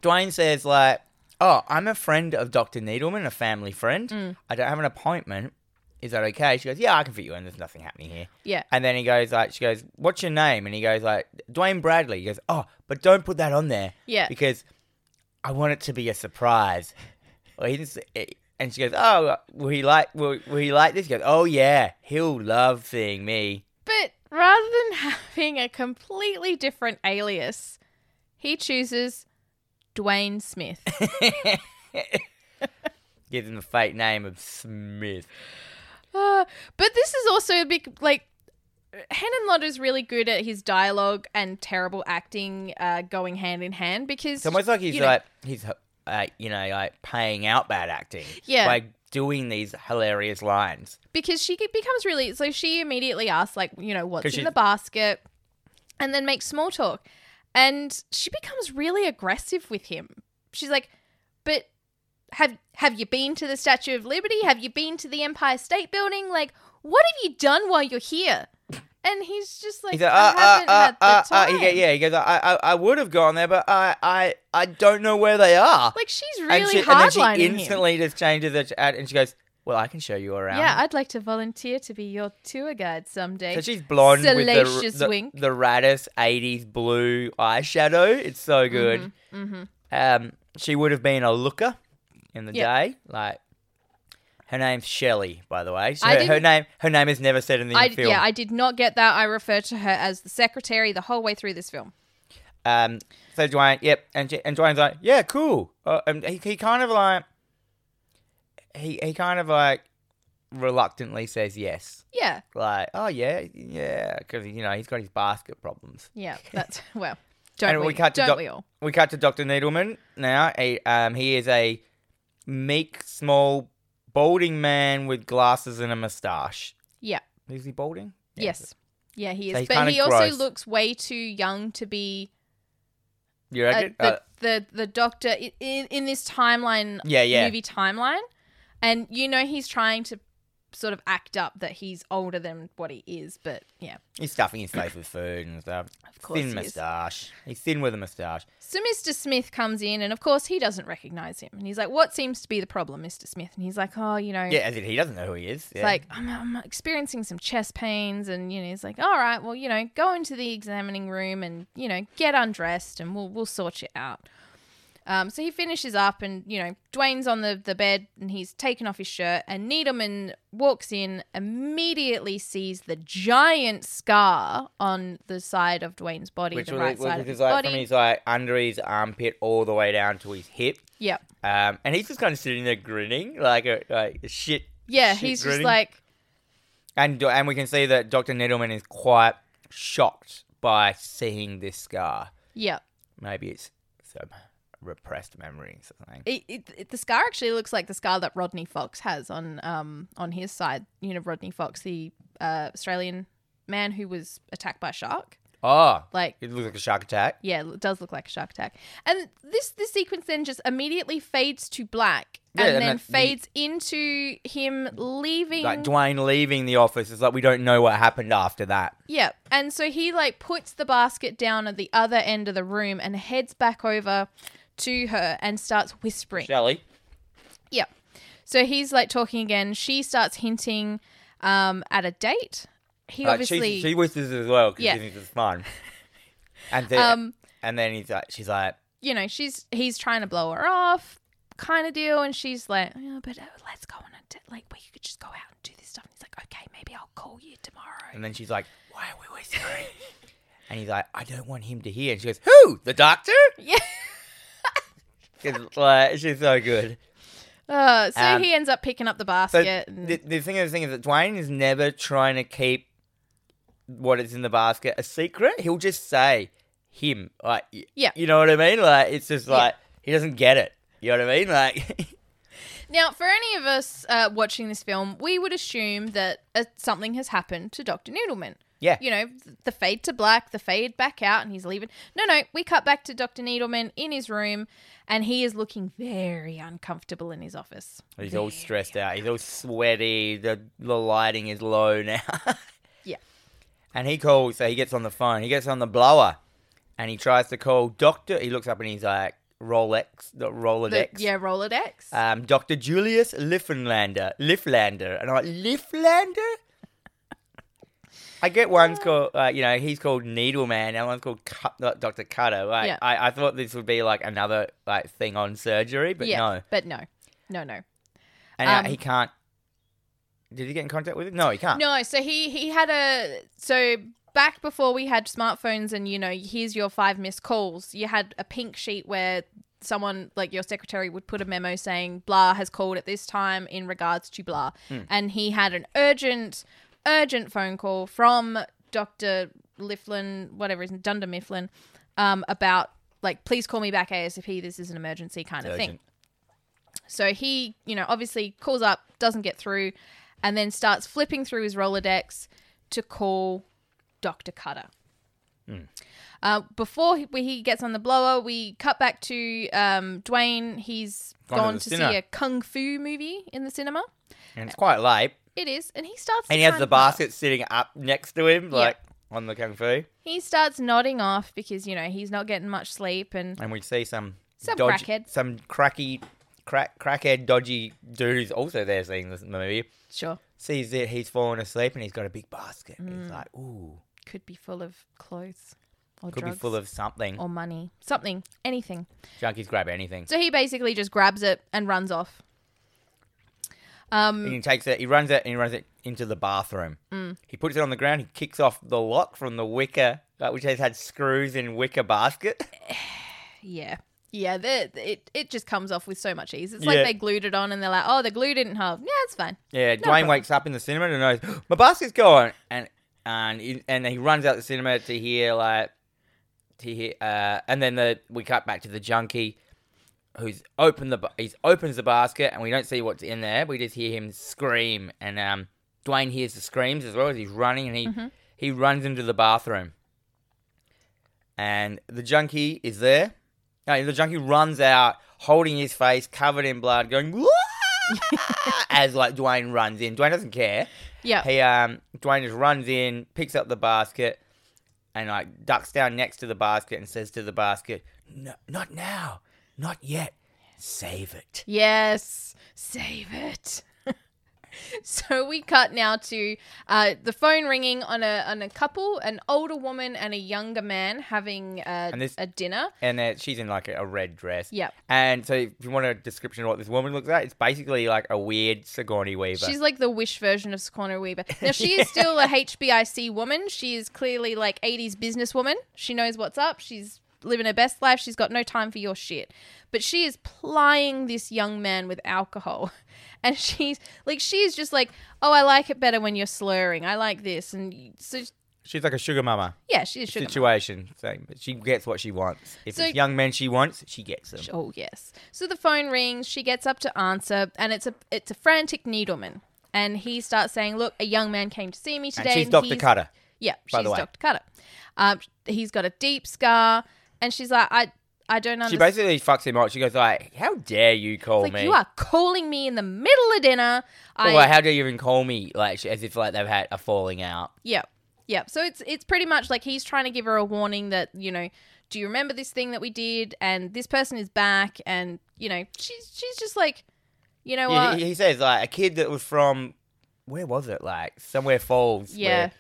A: Dwayne says, like, oh, I'm a friend of Dr. Needleman, a family friend.
B: Mm.
A: I don't have an appointment. Is that okay? She goes, yeah, I can fit you in. There's nothing happening here.
B: Yeah.
A: And then he goes, like, she goes, what's your name? And he goes, like, Dwayne Bradley. He goes, oh, but don't put that on there.
B: Yeah.
A: Because I want it to be a surprise. Well, he didn't say- eh, and she goes, oh, will he like, will, will he like this? He goes, oh, yeah, he'll love seeing me.
B: But rather than having a completely different alias, he chooses Dwayne Smith.
A: Gives him the fake name of Smith.
B: Uh, but this is also a big like Henan Lodder's really good at his dialogue and terrible acting uh, going hand in hand because
A: It's almost like he's
B: you know,
A: like he's uh, you know like paying out bad acting.
B: Yeah.
A: By doing these hilarious lines.
B: because she get- becomes really so she immediately asks like you know what's
A: 'Cause
B: in
A: she-
B: the basket and then makes small talk and she becomes really aggressive with him she's like but have have you been to the statue of liberty have you been to the empire state building like what have you done while you're here And he's just like,
A: He's like,
B: I
A: ah, ah,
B: haven't
A: ah,
B: had the
A: ah, ah.
B: time.
A: He go- yeah, he goes, I, I, I would have gone there, but I, I, I don't know where they are.
B: Like she's
A: and,
B: really
A: she, and then
B: hardlining
A: she
B: him.
A: instantly just changes it, and she goes, "Well, I can show you around."
B: Yeah, I'd like to volunteer to be your tour guide someday.
A: So she's blonde with
B: Salacious
A: the, the,
B: wink.
A: the raddest 80s blue eyeshadow. It's so good.
B: mm-hmm.
A: Um, she would have been a looker in the
B: Yeah.
A: day. Like her name's Shelley, by the way. So
B: I
A: her, her
B: didn't-
A: name her name is never said in the
B: I,
A: film.
B: yeah, I did not get that. I referred to her as the secretary the whole way through this film.
A: um, so Dwayne, yep, and she- and Dwayne's like, yeah, cool. Uh, and he, he kind of like he he kind of like reluctantly says yes,
B: Yeah,
A: like, oh yeah, yeah, because you know he's got his basket problems.
B: yeah. That's well. Don't
A: And
B: we?
A: we cut to
B: don't
A: doc-
B: we all?
A: We cut to Dr. Needleman now. He, um, he is a meek, small, balding man with glasses and a moustache.
B: Yeah.
A: Is he balding? Yeah.
B: Yes. Yeah, he is.
A: So he's
B: but
A: kinda
B: he also
A: gross.
B: looks way too young to be
A: You
B: uh,
A: reckon?
B: the,
A: Uh,
B: the the doctor i- in in this timeline
A: yeah, yeah.
B: movie timeline, and you know he's trying to sort of act up that he's older than what he is, but yeah,
A: He's stuffing his face with food and stuff.
B: of course.
A: thin
B: he is.
A: moustache. He's thin with a moustache.
B: So Mr. Smith comes in, and of course he doesn't recognize him, and he's like, "What seems to be the problem, Mr. Smith?" And he's like, "Oh, you know."
A: Yeah, as in he doesn't know who he is.
B: It's like I'm, I'm experiencing some chest pains, and you know, he's like, "All right, well, you know, go into the examining room and you know, get undressed, and we'll we'll sort you out." Um, so he finishes up, and you know, Dwayne's on the the bed, and he's taken off his shirt, and Needleman walks in, immediately sees the giant scar on the side of Dwayne's body,
A: which
B: the
A: was,
B: right
A: which
B: side of
A: is
B: his
A: like
B: body.
A: from his like under his armpit all the way down to his hip.
B: yep.
A: Um, and he's just kind of sitting there grinning like a like a shit.
B: Yeah,
A: shit
B: he's just
A: grinning.
B: like,
A: And and we can see that Dr. Needleman is quite shocked by seeing this scar.
B: yeah.
A: Maybe it's some repressed memories or something.
B: It, it, it- the scar actually looks like the scar that Rodney Fox has on um on his side. You know, Rodney Fox, the uh, Australian man who was attacked by a shark.
A: Oh,
B: Like,
A: it looks like a shark attack.
B: yeah, it does look like a shark attack. And this this sequence then just immediately fades to black,
A: Yeah,
B: and
A: and
B: then
A: that- the-
B: fades into him leaving.
A: Like Dwayne leaving the office. It's like we don't know what happened after that.
B: Yeah. And so he like puts the basket down at the other end of the room and heads back over to her and starts whispering.
A: Shelley.
B: Yeah. So he's like talking again. She starts hinting um, at a date. He
A: Like, she-
B: obviously.
A: she, whispers as well because
B: Yeah.
A: she thinks it's fun. And then,
B: Um,
A: and then he's like, she's like,
B: you know, she's he's trying to blow her off, kind of deal, and she's like, yeah, but uh, let's go on a date. Like, we could just go out and do this stuff. And he's like, okay, maybe I'll call you tomorrow.
A: and then she's like, why are we whispering? and he's like, I don't want him to hear. And she goes, who? The doctor?
B: Yeah.
A: It's like, she's so good.
B: Uh, so
A: Um,
B: he ends up picking up the
A: So
B: basket. and-
A: the, the thing is, the thing is that Dwayne is never trying to keep what is in the basket a secret. He'll just say him, like y-
B: Yeah.
A: you know what I mean. Like it's just
B: Yeah.
A: like he doesn't get it. You know what I mean? Like
B: now, for any of us uh, watching this film, we would assume that uh, something has happened to Dr. Noodleman.
A: yeah,
B: you know, th- the fade to black, the fade back out, and he's leaving. No, no, we cut back to Dr. Needleman in his room, and he is looking very uncomfortable in his office.
A: he's all stressed out. He's all sweaty. The the lighting is low now.
B: Yeah.
A: and he calls. So he gets on the phone. He gets on the blower, and he tries to call Doctor. He looks up and he's like Rolex, the
B: The,
A: Rolodex.
B: yeah, Rolodex.
A: um, Dr. Julius Liffenlander. Lifflander. And I'm like, Lifflander? I get one's called, uh, you know, he's called Needleman, and one's called Cut, uh, Dr. Cutter. Like,
B: Yeah.
A: I, I thought this would be like another like thing on surgery, but
B: yeah,
A: no.
B: But no. No, no.
A: And uh,
B: Um,
A: he can't. Did he get in contact with him? No, he can't.
B: No, so he he had a so back before we had smartphones and you know, here's your five missed calls, you had a pink sheet where someone like your secretary would put a memo saying blah has called at this time in regards to blah. And he had an urgent urgent phone call from Dr. Lifflin, whatever his Dunder Mifflin, um, about like please call me back ASAP, this is an emergency kind of thing.
A: Urgent.
B: So he, you know, obviously calls up, doesn't get through, and then starts flipping through his Rolodex to call Dr. Cutter.
A: Hmm.
B: Uh, before he, he gets on the blower, we cut back to um, Dwayne. He's gone,
A: Gone to the
B: to see
A: cinema.
B: a kung fu movie in the cinema.
A: And it's quite late.
B: It is, and he starts.
A: And
B: to
A: he has
B: kind
A: the
B: of laugh.
A: basket sitting up next to him, like on the kung fu.
B: He starts nodding off because you know he's not getting much sleep, and
A: And we see some
B: Some
A: dodgy-
B: crackhead.
A: some cracky, crack, crackhead, dodgy dude who's also there seeing this movie.
B: sure,
A: Sees that he's fallen asleep and he's got a big basket.
B: Mm.
A: He's like, ooh,
B: could be full of clothes or
A: could
B: drugs
A: be full of something.
B: or money, something, anything.
A: Junkies grab anything.
B: So he basically just grabs it and runs off. Um,
A: And he takes it, he runs it, and he runs it into the bathroom.
B: Mm.
A: He puts it on the ground, he kicks off the lock from the wicker, uh, which has had screws in wicker basket.
B: yeah, yeah. The, the- it it just comes off with so much ease. It's
A: Yeah.
B: like they glued it on, and they're like, "Oh, the glue didn't hold. Yeah, it's fine."
A: Yeah, Dwayne
B: problem.
A: wakes up in the cinema and knows, my basket's gone. And and he, and he runs out the cinema to hear, like, to hear, uh, and then the we cut back to the junkie who's opened the, ba- he's opens the basket and we don't see what's in there. We just hear him scream. And um, Dwayne hears the screams as well as he's running and he, he runs into the bathroom. And the junkie is there. No, the junkie runs out, holding his face, covered in blood, going "Wah!" as like Dwayne runs in. Dwayne doesn't care.
B: Yeah,
A: He um Dwayne just runs in, picks up the basket, and like ducks down next to the basket and says to the basket, "No, not now, not yet. Save it."
B: Yes, save it. so we cut now to uh, the phone ringing on a on a couple, an older woman and a younger man having a,
A: And this-
B: a dinner.
A: And uh, she's in like a, a red dress.
B: Yep.
A: And so, if you want a description of what this woman looks like, it's basically like a weird Sigourney Weaver.
B: She's like the wish version of Sigourney Weaver. Now she is still a HBIC woman. She is clearly like 80s businesswoman. She knows what's up. She's living her best life. She's got no time for your shit. But she is plying this young man with alcohol. And she's like she's just like, "Oh, I like it better when you're slurring. I like this." And so
A: she's like a sugar mama.
B: yeah, she is sugar.
A: situation. So she gets what she wants. If
B: So-
A: it's young men she wants, she gets them.
B: Oh yes. So the phone rings. She gets up to answer, and it's a it's a frantic needleman, and he starts saying, "Look, a young man came to see me
A: And
B: today.
A: she's Dr.
B: he's-
A: Cutter.
B: Yeah,
A: by
B: she's
A: the way.
B: Dr. Cutter. Um, he's got a deep scar, and she's like, "I I don't
A: She
B: understand."
A: basically fucks him up. She goes like, "How dare you call
B: Like
A: me?
B: you are calling me in the middle of dinner. I
A: Or like, how dare you even call me? Like she- as if like they've had a falling out."
B: yeah yeah. So it's it's pretty much like he's trying to give her a warning that you know, do you remember this thing that we did? And this person is back, and you know, she's she's just like, you know
A: Yeah,
B: what?
A: he, he says like a kid that was from where was it? Like somewhere Falls.
B: Yeah.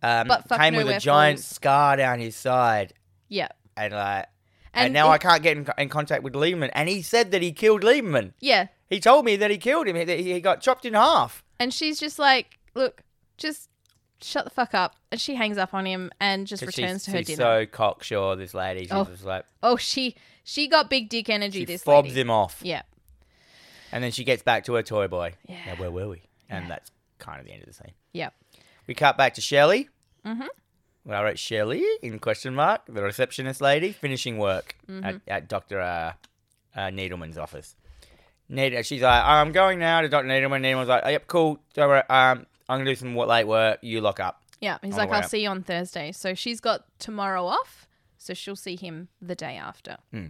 A: Where, um,
B: But fuck
A: came with a
B: nowhere
A: giant
B: Falls.
A: scar down his side,
B: yeah.
A: and like, and,
B: And
A: now
B: it-
A: I can't get in, co- in contact with Lieberman. And he said that he killed Lieberman.
B: Yeah,
A: He told me that he killed him. That he he got chopped in half.
B: And she's just like, look, just shut the fuck up. And she hangs up on him and just
A: 'Cause
B: returns
A: she's,
B: to her
A: she's
B: dinner.
A: so cocksure. This lady, she's
B: Oh.
A: just like
B: oh, she she got big dick energy
A: she
B: this
A: fobs
B: lady.
A: him off.
B: Yeah.
A: And then she gets back to her toy boy.
B: Yeah.
A: Now, where were we? And that's kind of the end of the scene.
B: Yeah.
A: We cut back to Shelley. Mm-hmm.
B: Mm-hmm.
A: Well, I wrote Shelley in question mark, the receptionist lady, finishing work
B: Mm-hmm.
A: at, at Dr. Uh, uh, Needleman's office. Need- uh, she's like, I'm going now to Dr. Needleman. Needleman's like, oh, yep, cool. Don't worry. Um, I'm going to do some wa- late work. You lock up.
B: Yeah. He's
A: On the
B: like,
A: way
B: I'll
A: up.
B: see you on Thursday. So she's got tomorrow off. So she'll see him the day after.
A: Hmm.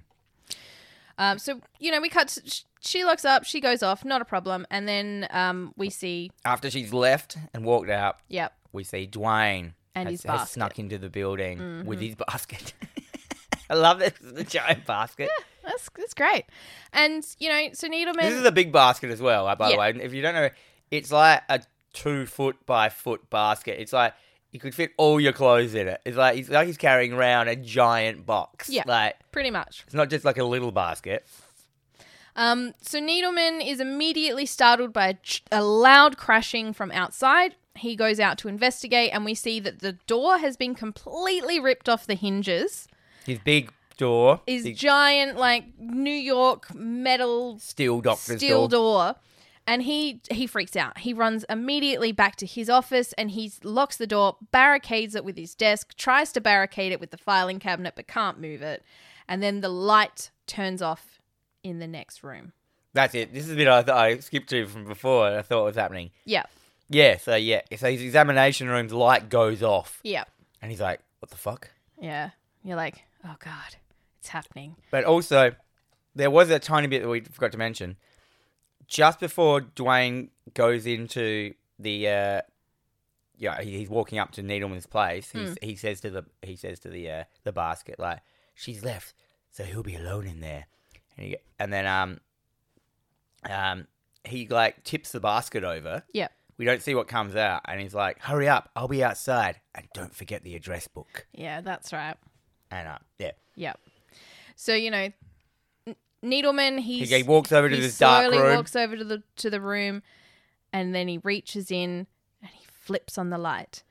B: Um, so, you know, we cut. To, sh- she locks up. She goes off. Not a problem. And then um, we see,
A: After she's left and walked out,
B: yep.
A: we see Dwayne
B: And
A: has,
B: his
A: has
B: basket. Mm-hmm.
A: snuck into the building with his basket. I love this. The giant basket.
B: That's, that's great. And, you know, so Needleman.
A: This is a big basket as well, uh, by
B: Yeah.
A: the way. And If you don't know, it's like a two foot by foot basket. It's like you could fit all your clothes in it. It's like it's like he's carrying around a giant box.
B: Yeah.
A: Like
B: pretty much.
A: it's not just like a little basket.
B: Um, so Needleman is immediately startled by a, ch- a loud crashing from outside. He goes out to investigate, and we see that the door has been completely ripped off the hinges.
A: His big door,
B: Is
A: big
B: giant like New York metal
A: steel doctor's
B: steel
A: door.
B: door. And he he freaks out. He runs immediately back to his office and he locks the door, barricades it with his desk, tries to barricade it with the filing cabinet but can't move it. And then the light turns off in the next room.
A: That's it. This is the bit I, th- I skipped to from before. I thought was happening.
B: Yeah.
A: Yeah. So yeah. So his examination room's light goes off,
B: Yeah.
A: and he's like, "What the fuck?"
B: Yeah. You're like, oh God, it's happening.
A: But also, there was a tiny bit that we forgot to mention. Just before Dwayne goes into the uh, yeah, he, he's walking up to Needleman's place.
B: Hmm.
A: He's, He says to the he says to the uh, the basket like, "She's left, so he'll be alone in there." And he, and then um um he like tips the basket over.
B: Yep.
A: We don't see what comes out, and he's like, "Hurry up! I'll be outside, and don't forget the address book."
B: Yeah, that's right.
A: And uh, yeah,
B: Yep. So you know, N- Needleman
A: he,
B: he's,
A: he walks over to
B: he
A: this dark
B: slowly
A: room.
B: walks over to the to the room, and then he reaches in and he flips on the light.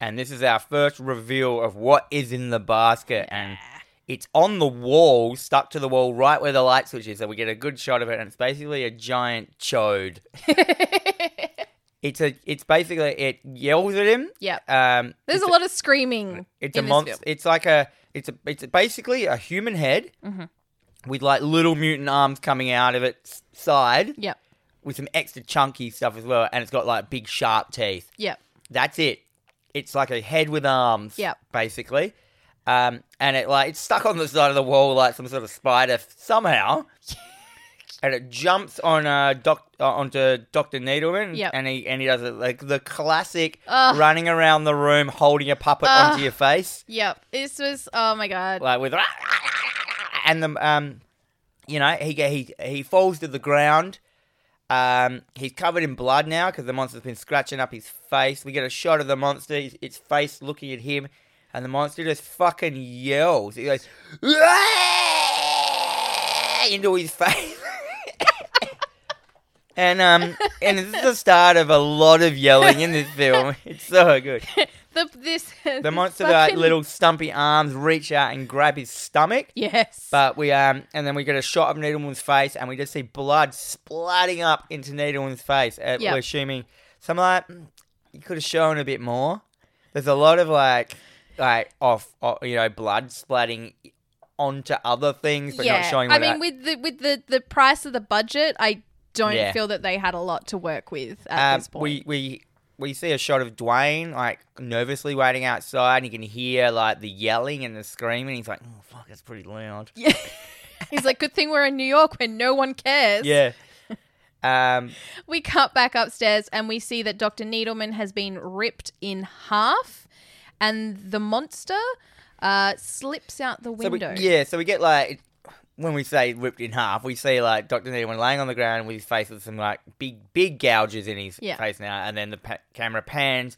A: And this is our first reveal of what is in the basket. And it's on the wall, stuck to the wall, right where the light switch is. So we get a good shot of it. And it's basically a giant chode. it's a. It's basically it yells at him.
B: Yep.
A: Um,
B: There's a lot of screaming.
A: it's a
B: in this
A: monster.
B: film.
A: It's like a. It's a. It's basically a human head
B: Mm-hmm.
A: with like little mutant arms coming out of its side,
B: Yep.
A: with some extra chunky stuff as well. And it's got like big sharp teeth.
B: Yep.
A: That's it. It's like a head with arms.
B: Yep.
A: Basically. Um, and it like it's stuck on the side of the wall like some sort of spider somehow. and it jumps on uh doc uh, onto Dr. Needleman
B: Yep.
A: and he and he does it like the classic
B: Ugh.
A: running around the room holding a puppet
B: Ugh.
A: onto your face.
B: Yep. This was oh my god.
A: Like with and the um you know, he get- he he falls to the ground. Um, he's covered in blood now because the monster's been scratching up his face. We get a shot of the monster, his- its face looking at him, and the monster just fucking yells. He goes into his face. And um and this is the start of a lot of yelling in this film. It's so good.
B: The this
A: The
B: this
A: monster like
B: fucking-
A: little stumpy arms reach out and grab his stomach.
B: yes.
A: But we um, and then we get a shot of Needleman's face, and we just see blood splatting up into Needleman's face. Uh,
B: Yeah.
A: We're assuming. So I'm like, "Mm, you could have shown a bit more. There's a lot of like, like off, off you know, blood splatting onto other things, but not showing.
B: I
A: What
B: mean, with the with the the price of the budget, I don't
A: Yeah.
B: feel that they had a lot to work with
A: that-
B: at
A: um,
B: this point.
A: we we we see a shot of Dwayne like nervously waiting outside, and you can hear like the yelling and the screaming. He's like, oh fuck, it's pretty loud.
B: yeah. He's like, good thing we're in New York where no one cares.
A: Yeah. Um,
B: We cut back upstairs and we see that Dr. Needleman has been ripped in half, and the monster uh, slips out the
A: So we-
B: window.
A: yeah, so we get like when we say ripped in half, we see like Doctor Needleman laying on the ground with his face with some like big big gouges in his
B: Yeah.
A: face now, and then the pa- camera pans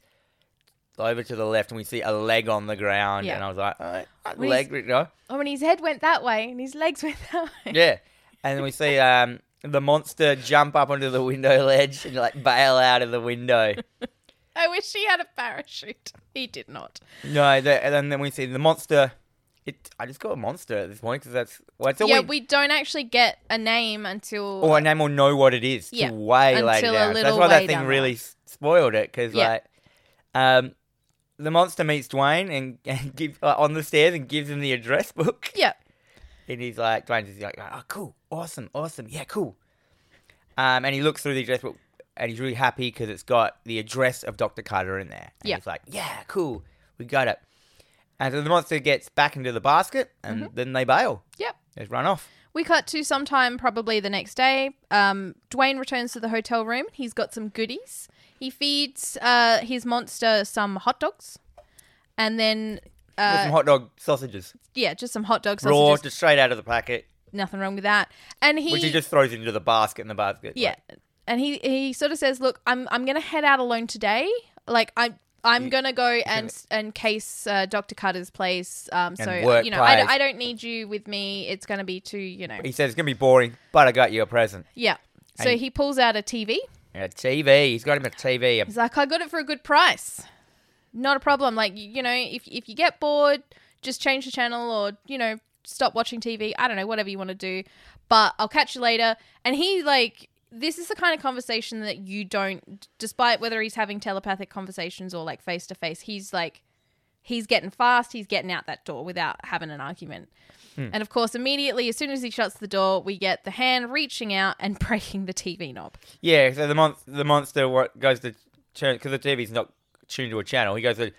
A: over to the left and we see a leg on the ground,
B: Yeah.
A: and I was like, oh, that
B: Well,
A: leg ripped off,
B: Oh, and his head went that way, and his legs went that way.
A: yeah, and then we see um the monster jump up onto the window ledge and like bail out of the window.
B: I wish he had a parachute. He did not.
A: no, the, and then- then we see the monster. It, I just got a monster at this point because that's well, it's a
B: yeah,
A: win-
B: we don't actually get a name until
A: or a name will know what it is
B: Yeah,
A: till way later
B: until a
A: down. So
B: little
A: that's why
B: way
A: that
B: down
A: thing
B: the
A: really s- spoiled it because
B: Yeah.
A: like um the monster meets Dwayne and, and give, uh, on the stairs and gives him the address book
B: yeah.
A: and he's like Dwayne's just like oh cool awesome awesome yeah cool um and he looks through the address book and he's really happy because it's got the address of Dr Carter in there and
B: Yeah.
A: he's like yeah cool we got it and so the monster gets back into the basket and
B: Mm-hmm.
A: then they bail
B: Yep.
A: they just run off
B: We cut to sometime probably the next day. Um, Dwayne returns to the hotel room. He's got some goodies. He feeds uh, his monster some hot dogs, and then
A: There's
B: uh,
A: some hot dog sausages
B: yeah, just some hot dogs.
A: raw
B: Sausages,
A: just straight out of the packet
B: nothing wrong with that. And he,
A: Which he just throws into the basket in the basket.
B: yeah, and he he sort of says, "Look, I'm I'm gonna head out alone today. Like I'm." I'm gonna go and and case uh, Dr. Cutter's place. Um, so
A: work
B: you know, I,
A: place.
B: I don't need you with me. It's gonna be too, you know,
A: He says it's gonna be boring, but I got you a present.
B: yeah. So
A: And-
B: he pulls out a TV.
A: And a TV. He's got him a TV.
B: He's like, I got it for a good price. Not a problem. Like, you, you know, if, if you get bored, just change the channel or, you know, stop watching TV. I don't know, whatever you want to do. But I'll catch you later. And he, like, this is the kind of conversation that you don't, despite whether he's having telepathic conversations or like face to face, he's like, he's getting fast, he's getting out that door without having an argument. And of course, immediately, as soon as he shuts the door, we get the hand reaching out and breaking the TV knob.
A: Yeah. So the mon- the monster wa- goes to turn because the TV's not tuned to a channel. He goes to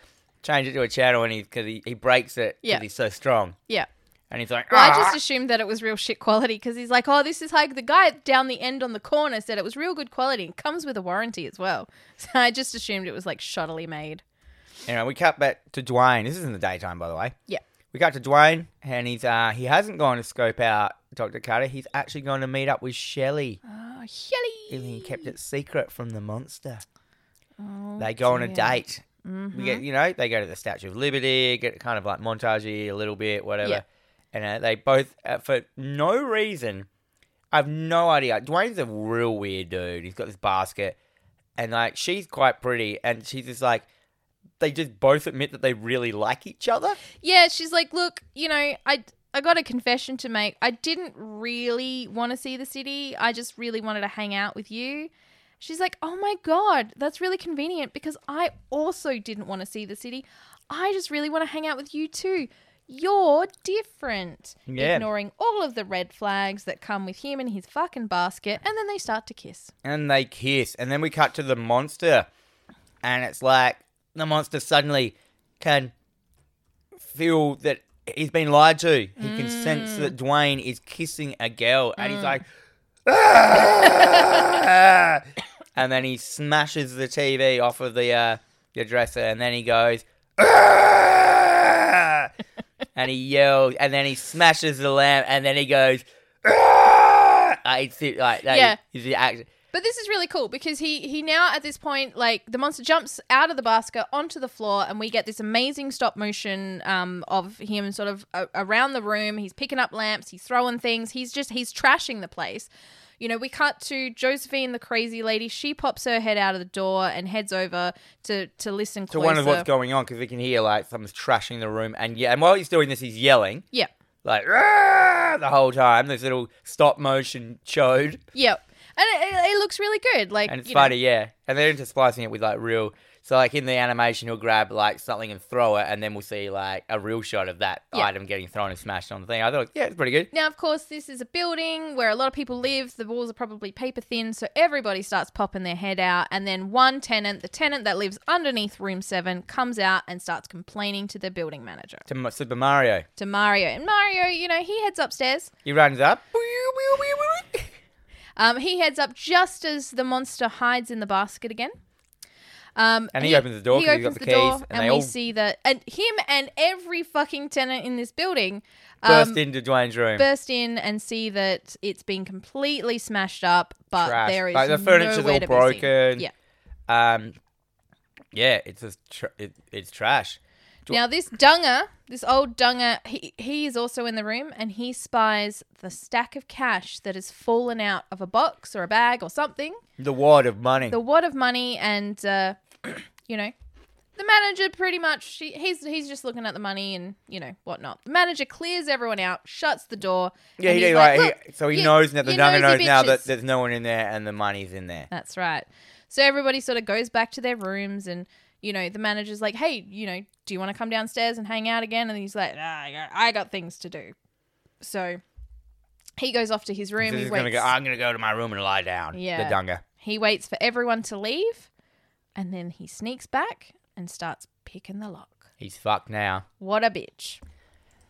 A: change it to a channel, and he because he, he breaks it
B: Yeah.
A: because he's so strong.
B: Yeah.
A: And he's like,
B: Well, I
A: "Ah."
B: just assumed that it was real shit quality because he's like, oh, this is like the guy down the end on the corner said it was real good quality and comes with a warranty as well. So I just assumed it was like shoddily made.
A: Anyway, we cut back to Dwayne. This is in the daytime, by the way.
B: Yeah.
A: We cut to Dwayne, and he's uh he hasn't gone to scope out Dr. Carter. He's actually going to meet up with Shelley.
B: Oh,
A: Even he
B: Shelly.
A: kept it secret from the monster.
B: Oh,
A: They go on a
B: dear.
A: date. We get, you know, they go to the Statue of Liberty, get kind of like montagey a little bit, whatever.
B: Yeah.
A: And uh, they both, uh, for no reason, I've no idea. Dwayne's a real weird dude. He's got this basket, and like she's quite pretty, and she's just like, they just both admit that they really like each other.
B: Yeah, she's like, look, you know, I I got a confession to make. I didn't really want to see the city. I just really wanted to hang out with you. She's like, oh my god, that's really convenient because I also didn't want to see the city. I just really want to hang out with you too. You're different.
A: Yeah.
B: Ignoring all of the red flags that come with him and his fucking basket, and then they start to kiss.
A: and they kiss and then we cut to the monster and it's like the monster suddenly can feel that he's been lied to he can sense that dwayne is kissing a girl and he's like "Ah!" and then he smashes the tv off of the uh the dresser and then he goes "Ah!" and he yells and then he smashes the lamp and then he goes "Ah!" like, it's like that
B: Yeah.
A: is the action
B: But this is really cool because he he now at this point like the monster jumps out of the basket onto the floor and we get this amazing stop motion um, of him sort of a- around the room. He's picking up lamps, he's throwing things, he's just he's trashing the place. You know, we cut to Josephine, the crazy lady. She pops her head out of the door and heads over to to listen
A: to
B: closer.
A: wonder what's going on because we can hear like someone's trashing the room, and yeah, and while he's doing this, he's yelling
B: yeah.
A: like "Rah!" the whole time. This little stop motion showed,
B: Yep. And it- it, it looks really good. Like
A: and it's
B: you know.
A: funny, yeah. And they're intersplicing it with like real. So like in the animation, he'll grab like something and throw it, and then we'll see like a real shot of that
B: Yeah.
A: item getting thrown and smashed on the thing. I thought, yeah, it's pretty good.
B: Now, of course, this is a building where a lot of people live. The walls are probably paper thin, so everybody starts popping their head out. And then one tenant, the tenant that lives underneath room seven, comes out and starts complaining to the building manager,
A: To M- Super Mario,
B: to Mario. And Mario, you know, he heads upstairs.
A: he runs up.
B: Um, he heads up just as the monster hides in the basket again. Um,
A: And he opens the door
B: He
A: 'cause he's got
B: opens the,
A: the
B: door,
A: keys,
B: and,
A: and they
B: we
A: all-
B: see that, and him and every fucking tenant in this building um,
A: Burst into Dwayne's room.
B: burst in and see that it's been completely smashed up, but
A: Trashed.
B: there is
A: Like, the furniture's
B: nowhere
A: all
B: to be
A: broken.
B: Seen. Yeah.
A: Um, yeah, it's just tr- it, it's trash. Do-
B: Now this Dunger, this old Dunger, he he is also in the room and he spies the stack of cash that has fallen out of a box or a bag or something,
A: The wad of money.
B: the wad of money, and uh, you know. The manager pretty much she, he's he's just looking at the money and you know whatnot. The manager clears everyone out, shuts the door.
A: Yeah,
B: and
A: he
B: he's
A: did. Like,
B: "Look,
A: he, so he
B: you-
A: knows now. The
B: you
A: dungeon knows
B: nosy
A: now that
B: bitches."
A: there's no one in there and the money's in there.
B: That's right. So everybody sort of goes back to their rooms and you know the manager's like, "Hey, you know, do you want to come downstairs and hang out again?" And he's like, nah, I got, I got things to do." So he goes off to his
A: So
B: room.
A: he's
B: He
A: gonna
B: waits.
A: go, I'm gonna go to my room and lie down.
B: Yeah.
A: The dunga.
B: he waits for everyone to leave, and then he sneaks back and starts picking the lock.
A: He's fucked now.
B: What a bitch!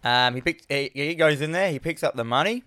A: Um, he picked. He, he goes in there. He picks up the money,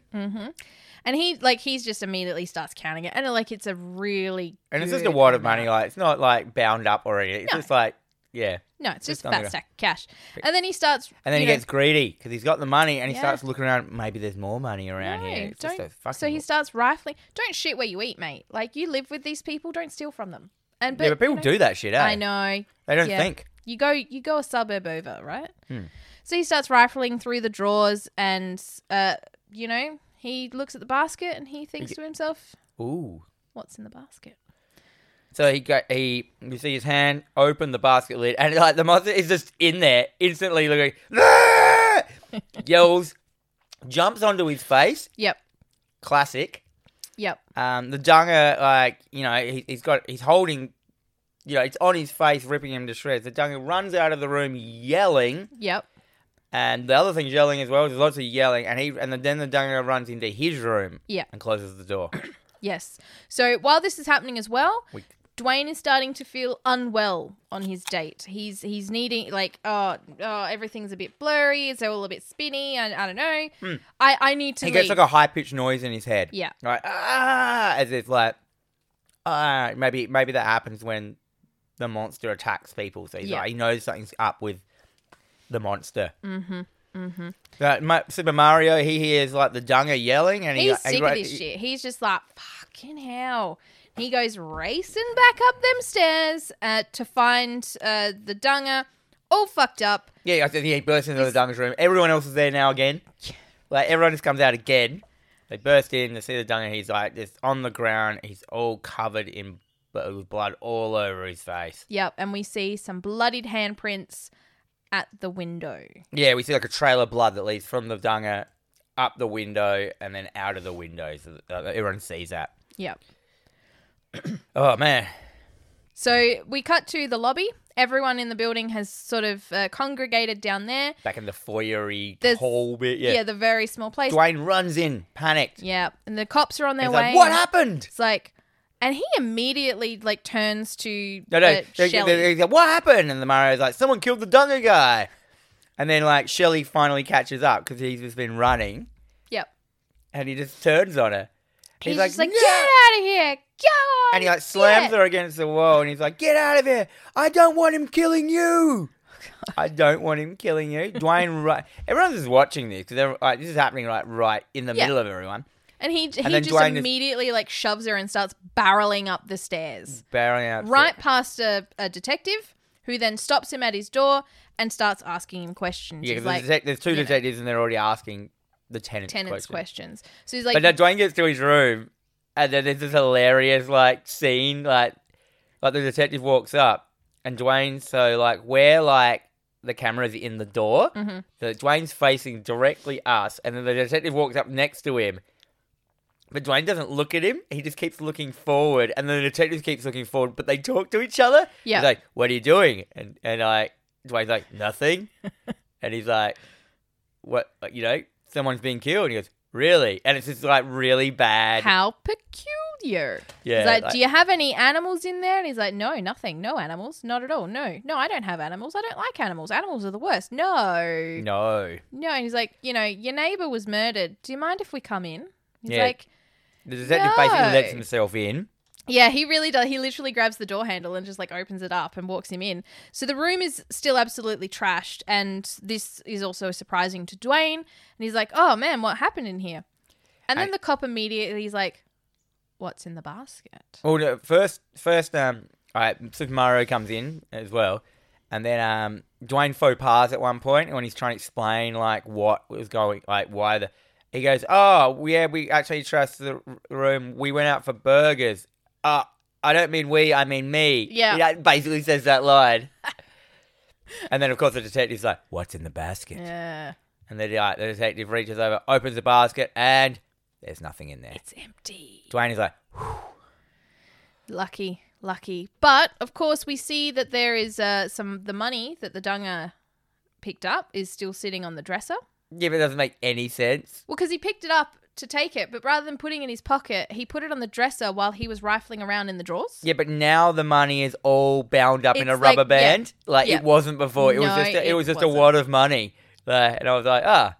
B: And he like he's just immediately starts counting it, and like it's a really
A: and it's just a
B: good
A: wad of
B: amount.
A: money. Like it's not like bound up or anything. It's
B: No.
A: just like yeah.
B: No, it's
A: Just
B: just,
A: on
B: a fat
A: the-
B: stack of cash. And then he starts.
A: And then
B: you
A: he
B: know,
A: gets greedy because he's got the money and he
B: Yeah.
A: starts looking around. Maybe there's more money around
B: No,
A: here. It's just
B: don't-
A: a fucking
B: So he starts rifling. Don't shit where you eat, mate. Like you live with these people, don't steal from them. And
A: yeah, but people
B: you know-
A: do that shit. Eh?
B: I know.
A: They don't
B: yeah.
A: think.
B: You go. You go a suburb over, right?
A: Hmm.
B: So he starts rifling through the drawers, and uh, you know he looks at the basket and he thinks to himself,
A: Ooh.
B: "What's in the basket?"
A: So he got he you see his hand open the basket lid and like the monster is just in there instantly looking "Ah!" yells jumps onto his face
B: Yep.
A: classic
B: Yep.
A: um the dunga like you know he, he's got he's holding you know it's on his face ripping him to shreds the dunga runs out of the room yelling
B: Yep.
A: and the other thing's yelling as well there's lots of yelling and he and then the dunga runs into his room
B: Yeah.
A: and closes the door
B: Yes. So while this is happening as well,
A: We-
B: Dwayne is starting to feel unwell on his date. He's he's needing like oh, oh everything's a bit blurry. It's all a bit spinny. and I don't know. I I need
A: Hmm.
B: to.
A: He
B: leave.
A: gets like a high pitched noise in his head.
B: Yeah.
A: Right. Ah, as if like, ah, maybe maybe that happens when the monster attacks people. So he's
B: Yeah.
A: like, he knows something's up with the monster. Mm-hmm. Mm-hmm. Like, Ma- Super Mario, he hears like the Dunga yelling, and he-
B: He's
A: he,
B: sick of
A: like,
B: this
A: he-
B: shit. He's just like, fucking hell. He goes racing back up them stairs uh, to find uh, the dunga, all fucked up.
A: Yeah, I said he bursts into the Dunga's room. Everyone else is there now again. Like everyone just comes out again. They burst in. They see the Dunga. He's like just on the ground. He's all covered in bl- with blood all over his face.
B: Yep, and we see some bloodied handprints at the window.
A: Yeah, we see like a trail of blood that leads from the Dunga up the window and then out of the window. So that- uh, that everyone sees that.
B: Yep.
A: Oh man,
B: So we cut to the lobby. Everyone in the building has sort of uh, congregated down there.
A: back in the foyery
B: There's-
A: whole bit.
B: Yeah,
A: Yeah.
B: the very small place.
A: Dwayne runs in, panicked.
B: Yeah, and the cops are on their
A: He's
B: way.
A: like, "What happened?"
B: It's like, and he immediately like turns to
A: No, no.
B: uh,
A: they- they-
B: Shelley.
A: they- they- what happened? And the Mario's like, someone killed the Dunga guy. And then, like, Shelly finally catches up because he's just been running
B: Yep.
A: and he just turns on her.
B: He's, just like,
A: "No!"
B: get out of here, go.
A: And he, like, slams
B: shit."
A: her against the wall and he's like, get out of here. I don't want him killing you. I don't want him killing you. Dwayne, right. Everyone's just watching this because like, this is happening, like, right in the
B: Yeah.
A: middle of everyone.
B: And he he
A: then
B: just
A: Dwayne is-
B: immediately like shoves her and starts barreling up the stairs,
A: Barreling out.
B: right past a, a detective, who then stops him at his door and starts asking him questions.
A: Yeah,
B: he's
A: because
B: like
A: there's two
B: you know.
A: detectives and they're already asking the tenants,
B: tenants
A: questions.
B: questions. So he's like,
A: But now Dwayne gets to his room, and then there's this hilarious like scene, like like the detective walks up, and Dwayne's so like where like the camera's in the door,
B: Mhm.
A: so Dwayne's facing directly us, and then the detective walks up next to him. But Dwayne doesn't look at him. He just keeps looking forward, and then the detective keeps looking forward. But they talk to each other.
B: Yeah.
A: He's like, "What are you doing?" And and like Dwayne's like, "Nothing." and he's like, "What? like, You know, someone's been killed." And he goes, "Really?" And it's just like really bad.
B: how peculiar.
A: yeah.
B: he's like,
A: like-
B: do you have any animals in there? And he's like, no, nothing, no animals, not at all. No, no, I don't have animals. I don't like animals. Animals are the worst. No,
A: no.
B: no. And he's like, you know, your neighbor was murdered. Do you mind if we come in? He's
A: Yeah.
B: like,
A: The detective basically lets
B: No.
A: himself in.
B: Yeah, he really does. He literally grabs the door handle and just like opens it up and walks him in. So the room is still absolutely trashed, and this is also surprising to Dwayne. And he's like, "Oh man, what happened in here?" And then
A: I-
B: the cop immediately is like, "What's in the basket?"
A: Well, no, first, first, um, all right, Super Mario comes in as well, and then um, Dwayne faux pas at one point when he's trying to explain like what was going, like why the. He goes, "Oh, yeah, we actually trust the r- room. We went out for burgers. Uh, I don't mean we, I mean me."
B: Yeah.
A: he like, basically says that line. and then, of course, the detective's like, "What's in the basket?"
B: Yeah,
A: And then like, the detective reaches over, opens the basket, and there's nothing in there.
B: it's empty.
A: Dwayne is like,
B: Lucky, lucky. But of course, we see that there is uh, some the money that the Dunga picked up is still sitting on the dresser.
A: "Yeah, but it doesn't make any sense."
B: Well, because he picked it up to take it, but rather than putting it in his pocket, he put it on the dresser while he was rifling around in the drawers.
A: Yeah, but now the money is all bound up in a
B: It's like-
A: rubber
B: yeah.
A: band. Like
B: Yeah.
A: it wasn't before. It was
B: No,
A: just a, it,
B: it
A: was just a
B: wasn't.
A: wad of money. Like, and I was like, ah,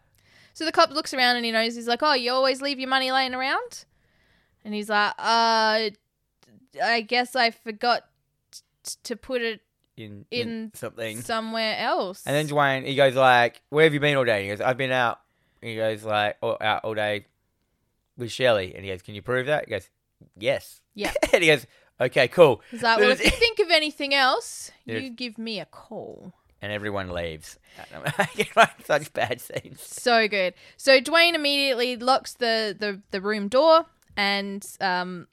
B: So the cop looks around and he knows he's like, "Oh, you always leave your money laying around," and he's like, "Uh, I guess I forgot t- to put it
A: in in,
B: In
A: something.
B: somewhere else."
A: and then Dwayne, he goes like, "Where have you been all day?" And he goes, "I've been out." And he goes like, all, "Out all day with Shelley." And he goes, "Can you prove that?" He goes, "Yes."
B: Yeah.
A: and he goes, "Okay, cool."
B: he's like, "Well, if you
A: There's-
B: think of anything else,
A: Yes.
B: you give me a call."
A: And everyone leaves. I get like such bad scenes.
B: So good. So Dwayne immediately locks the the, the room door and um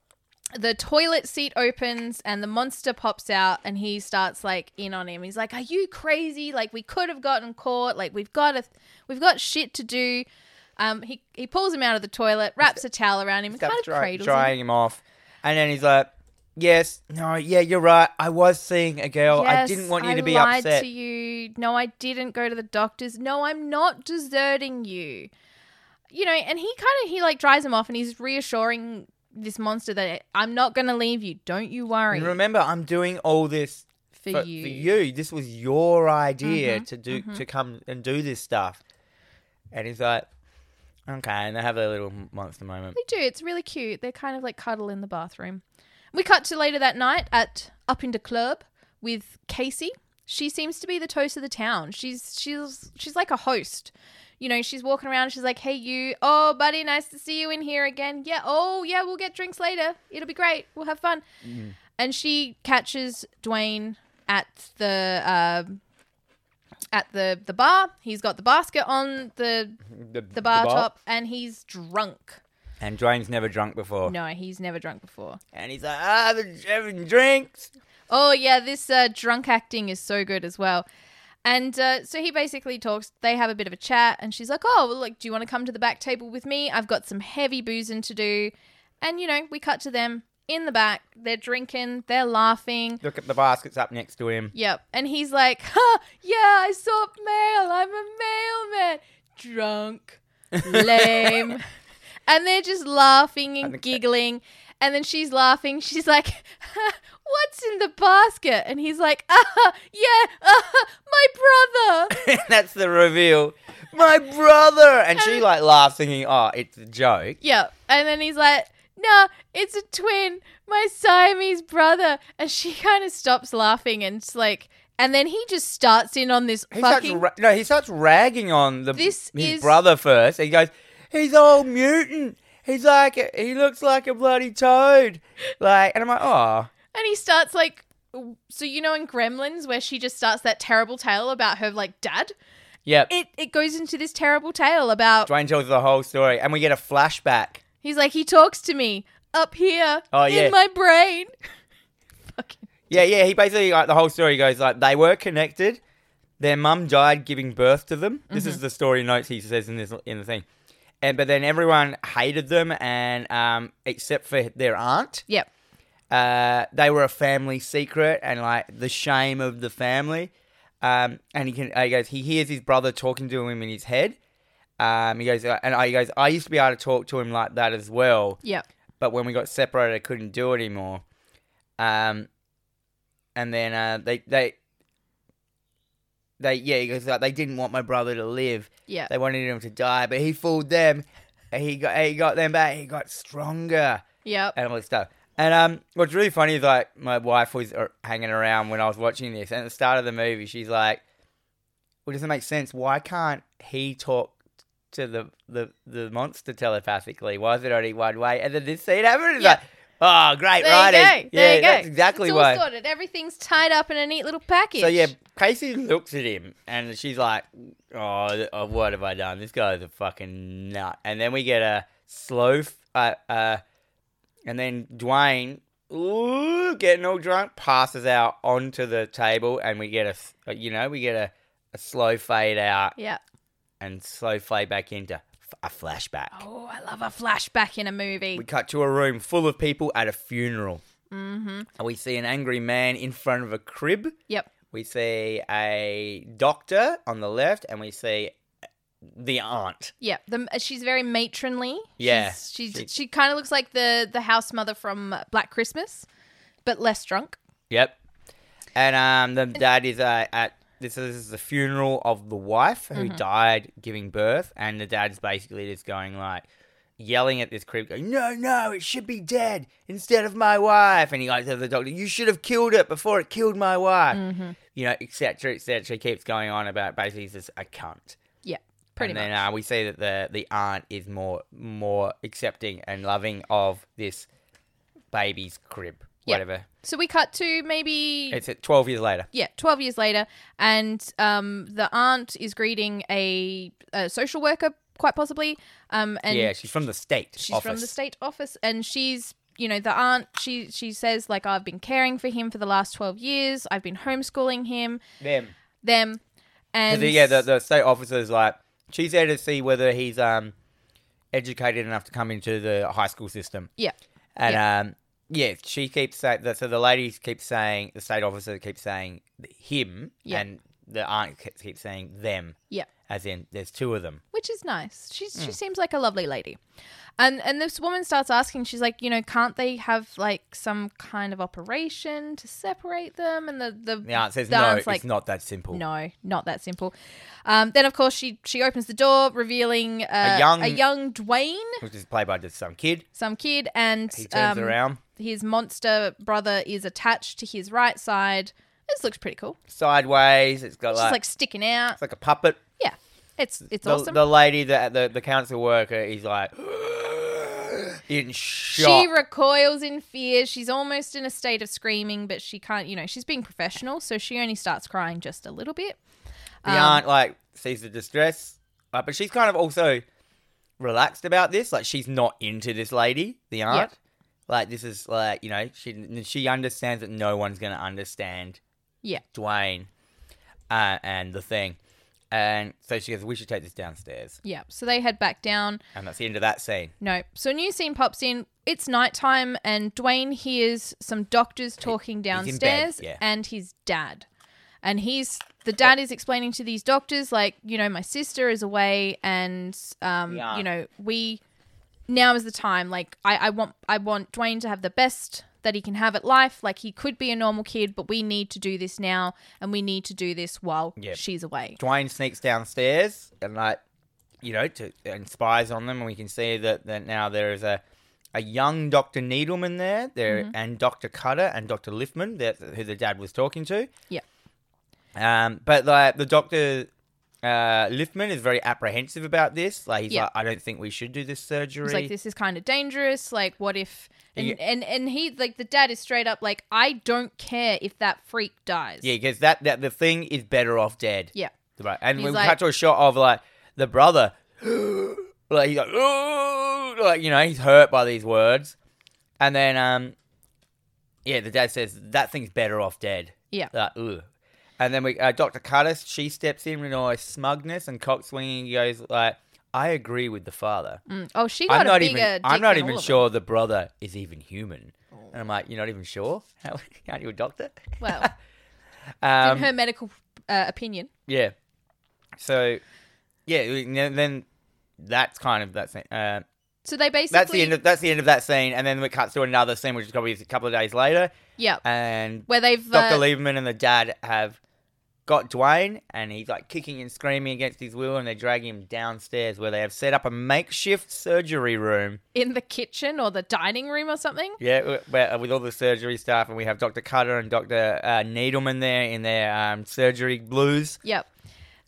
B: the toilet seat opens and the monster pops out and he starts like in on him. He's like, "Are you crazy? Like we could have gotten caught. Like we've got a we've got shit to do." Um he he pulls him out of the toilet, wraps a towel around him, and
A: Stuff
B: kind of
A: dry-
B: cradles him.
A: drying him off, and then he's like. Yes, no, yeah, you're right. I was seeing a girl. I
B: Yes,
A: didn't want you
B: I
A: to be
B: lied
A: upset.
B: to you. No, I didn't go to the doctors. No, I'm not deserting you. You know, and he kind of he like dries him off, and he's reassuring this monster that I'm not going to leave you. Don't you worry
A: And remember, I'm doing all this
B: for, you. Mm-hmm,
A: for you. This was your idea to do to come and do this stuff. And he's like, okay, and they have a little monster moment.
B: They do. It's really cute. They're kind of like cuddle in the bathroom. We cut to later that night at Up in the Club with Casey. She seems to be the toast of the town. She's she's she's like a host. You know, she's walking around. She's like, "Hey, you. Oh, buddy, nice to see you in here again. Yeah. Oh, yeah. We'll get drinks later. It'll be great. We'll have fun." And she catches Dwayne at the um at the the bar. He's got the basket on the the bar top, and he's drunk.
A: And Dwayne's never drunk before.
B: No, he's never drunk before.
A: And he's like, ah, the having drinks.
B: Oh yeah, this uh, drunk acting is so good as well. And uh, so he basically talks. They have a bit of a chat, and she's like, "Oh, well, like, do you want to come to the back table with me? I've got some heavy boozing to do." And you know, we cut to them in the back. They're drinking. They're laughing.
A: Look at the baskets up next to him.
B: Yep. And he's like, huh, "Yeah, I saw mail. I'm a mailman. Drunk, lame." and they're just laughing
A: think
B: and
A: that-
B: giggling. And then she's laughing. She's like, "What's in the basket?" And he's like, "Ah, yeah, ah, my brother."
A: And that's the reveal. My brother. And she like laughs, thinking, oh, it's a joke.
B: yeah. And then he's like, "No, it's a twin, my Siamese brother." And she kind of stops laughing and it's like, and then he just starts in on this
A: He starts
B: fucking.
A: ra- no, he starts ragging on the
B: This
A: his
B: is-
A: brother first. He goes, he's all mutant. He's like, a- he looks like a bloody toad. Like, and I'm like, oh,
B: And he starts like, so you know in Gremlins where she just starts that terrible tale about her like dad.
A: yep.
B: It it goes into this terrible tale about
A: Dwayne tells the whole story, and we get a flashback.
B: he's like he talks to me up here
A: Oh,
B: in
A: yeah.
B: my brain. Fucking
A: Yeah, yeah. He basically like the whole story goes like they were connected. Their mum died giving birth to them. This is the story notes he says in this in the thing. And but then everyone hated them, and um, except for their aunt,
B: yep.
A: uh, they were a family secret, and like the shame of the family. Um, and he can he goes he hears his brother talking to him in his head. Um, he goes uh, and I he goes I used to be able to talk to him like that as well
B: Yep.
A: but when we got separated, I couldn't do it anymore. Um, and then uh, they they they yeah, he goes like they didn't want my brother to live.
B: Yep.
A: They wanted him to die, but he fooled them. And he got he got them back. He got stronger
B: Yep.
A: and all this stuff. And um, what's really funny is like my wife was uh, hanging around when I was watching this, and at the start of the movie, she's like, "Well, doesn't make sense. Why can't he talk to the the, the monster telepathically? Why is it only one way?" And then this scene happens. It's
B: Yeah.
A: like, "Oh, great
B: There
A: writing!
B: you go.
A: Yeah,
B: There you go.
A: that's exactly
B: it's all
A: why."
B: sorted. Everything's tied up in a neat little package.
A: So yeah, Casey looks at him, and she's like, "Oh, th- oh, what have I done? This guy's a fucking nut." And then we get a slow, f- uh, uh, and then Dwayne, ooh, getting all drunk, passes out onto the table, and we get a, s- uh, you know, we get a, a slow fade out
B: Yeah.
A: and slow fade back into f- a flashback.
B: Oh, I love a flashback in a movie.
A: We cut to a room full of people at a funeral. Mm-hmm. And we see an angry man in front of a crib.
B: yep.
A: We see a doctor on the left, and we see the aunt.
B: Yeah, the, uh, she's very matronly.
A: Yeah,
B: she's, she's
A: she-
B: she, kind of looks like the the house mother from Black Christmas, but less drunk.
A: Yep. And um, the dad is uh, at this is, this is the funeral of the wife who died giving birth, and the dad's basically just going like yelling at this creep, going, "No, no, it should be dead instead of my wife." And he goes to the doctor, "You should have killed it before it killed my wife." You know, etc., etc. He keeps going on about basically he's just a cunt.
B: Yeah, pretty
A: and then
B: much.
A: uh, we see that the the aunt is more more accepting and loving of this baby's crib,
B: Yeah.
A: whatever.
B: so we cut to maybe
A: It's at twelve years later.
B: yeah, twelve years later, and um, the aunt is greeting a, a social worker, quite possibly. Um, and
A: yeah, she's from the state.
B: she's from the
A: office.
B: state office and she's you know the aunt she she says like i've been caring for him for the last 12 years i've been homeschooling him
A: Them.
B: them and
A: The- yeah, the, the state officer's like she's there to see whether he's um educated enough to come into the high school system.
B: yeah
A: And um yeah, she keeps saying that so the lady keeps saying the state officer keeps saying him
B: Yeah.
A: and the aunt ke- keeps saying them,
B: Yeah.
A: as in there's two of them.
B: which is nice. She's
A: Mm.
B: she seems like a lovely lady. And and this woman starts asking, she's like, you know, can't they have like some kind of operation to separate them? And the the,
A: The aunt says,
B: the
A: no,
B: aunt's
A: it's not that simple.
B: No, not that simple. Um, then of course she she opens the door, revealing uh,
A: A young-
B: a young Dwayne,
A: Which is played by just some kid.
B: some kid, and
A: He turns
B: um,
A: around.
B: his monster brother is attached to his right side. This looks pretty cool.
A: sideways. It's got
B: It's
A: like,
B: just like sticking out.
A: it's like a puppet.
B: Yeah, it's it's
A: The,
B: awesome.
A: the lady that the, the council worker is like in shock.
B: She recoils in fear. She's almost in a state of screaming, but she can't, you know, she's being professional, so she only starts crying just a little bit.
A: the
B: um,
A: aunt like sees the distress, like, but she's kind of also relaxed about this. Like she's not into this lady, the aunt. Like this is like you know she she understands that no one's gonna understand
B: Yeah.
A: Dwayne uh, and the thing, and so she goes, "We should take this downstairs,"
B: Yeah. So they head back down.
A: and that's the end of that scene.
B: No. So a new scene pops in. It's nighttime, and Dwayne hears some doctors talking
A: bed,
B: downstairs
A: yeah.
B: and his dad. And he's the dad is explaining to these doctors, like, you know, my sister is away, and um,
A: Yeah.
B: you know, we now is the time. Like, I, I want I want Dwayne to have the best that he can have at life. Like, he could be a normal kid, but we need to do this now, and we need to do this while
A: Yep.
B: she's away.
A: Dwayne sneaks downstairs and like you know to and spies on them, and we can see that, that now there is a a young Doctor Needleman there, there
B: Mm-hmm.
A: and Doctor Cutter and Doctor Liftman, that who the dad was talking to.
B: Yeah.
A: Um, but like the Doctor uh, Liftman is very apprehensive about this. Like he's
B: Yeah.
A: like, I don't think we should do this surgery.
B: He's like, this is kind of dangerous. Like, what if? And,
A: Yeah.
B: and and he like the dad is straight up like, I don't care if that freak dies.
A: yeah, because that, that the thing is better off dead.
B: Yeah.
A: Right. And
B: He's
A: we
B: like-
A: cut to a shot of like the brother, like he's like, "Ooh," like you know, he's hurt by these words, and then um, yeah, the dad says that thing's better off dead.
B: Yeah.
A: Like, Ugh. And then we, uh, Doctor Curtis, she steps in with all smugness and cock swinging. Goes like, I agree with the father.
B: Mm. Oh, she
A: I'm
B: got a
A: not
B: bigger.
A: even.
B: dick
A: I'm not
B: than all
A: even
B: of them.
A: sure the brother is even human. And I'm like, you're not even sure? How, aren't you a doctor?
B: Well,
A: Um,
B: in her medical uh, opinion,
A: yeah. So, yeah, and then- then that's kind of that scene. Uh,
B: so they basically.
A: that's the end. Of, that's the end of that scene, and then we cut to another scene, which is probably a couple of days later,
B: yeah,
A: and
B: where they've.
A: Uh, Doctor
B: uh,
A: Lieberman and the dad have got Dwayne, and he's like kicking and screaming against his will, and they drag him downstairs where they have set up a makeshift surgery room.
B: in the kitchen or the dining room or something.
A: Yeah, w- where, uh, with all the surgery staff, and we have Doctor Cutter and Doctor uh, Needleman there in their um, surgery blues.
B: Yep.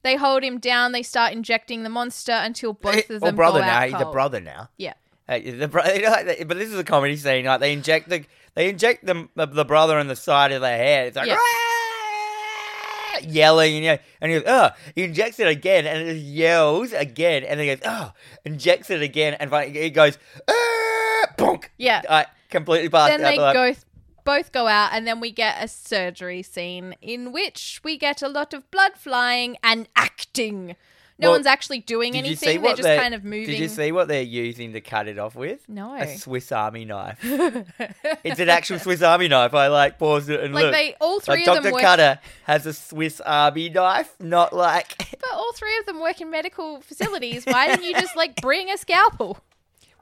B: They hold him down. They start injecting the monster until both of them
A: or Eh, oh, brother
B: go
A: now.
B: out
A: He's a
B: cold.
A: brother now.
B: Yeah.
A: Uh, the bro- you know, like, they- but this is a comedy scene. Like they inject the they inject the the, the brother in the side of the head. It's like
B: Yeah.
A: "Ah!" yelling and yelling. and he goes oh he injects it again and it just yells again and then he goes oh injects it again and finally it goes ah! bonk
B: Yeah.
A: I completely passed
B: then
A: out.
B: they
A: Like,
B: go both go out and then we get a surgery scene in which we get a lot of blood flying and acting no
A: Well,
B: one's actually doing
A: did you
B: anything
A: see
B: they're
A: what
B: just
A: they-
B: kind of moving
A: Did you see what they're using to cut it off with?
B: no
A: A Swiss Army knife. it's an actual Swiss Army knife. I like paused it and
B: like
A: looked.
B: they all three
A: like
B: of
A: Dr.
B: them work
A: Cutter has a Swiss Army knife, not like.
B: but all three of them work in medical facilities why didn't you just like bring a scalpel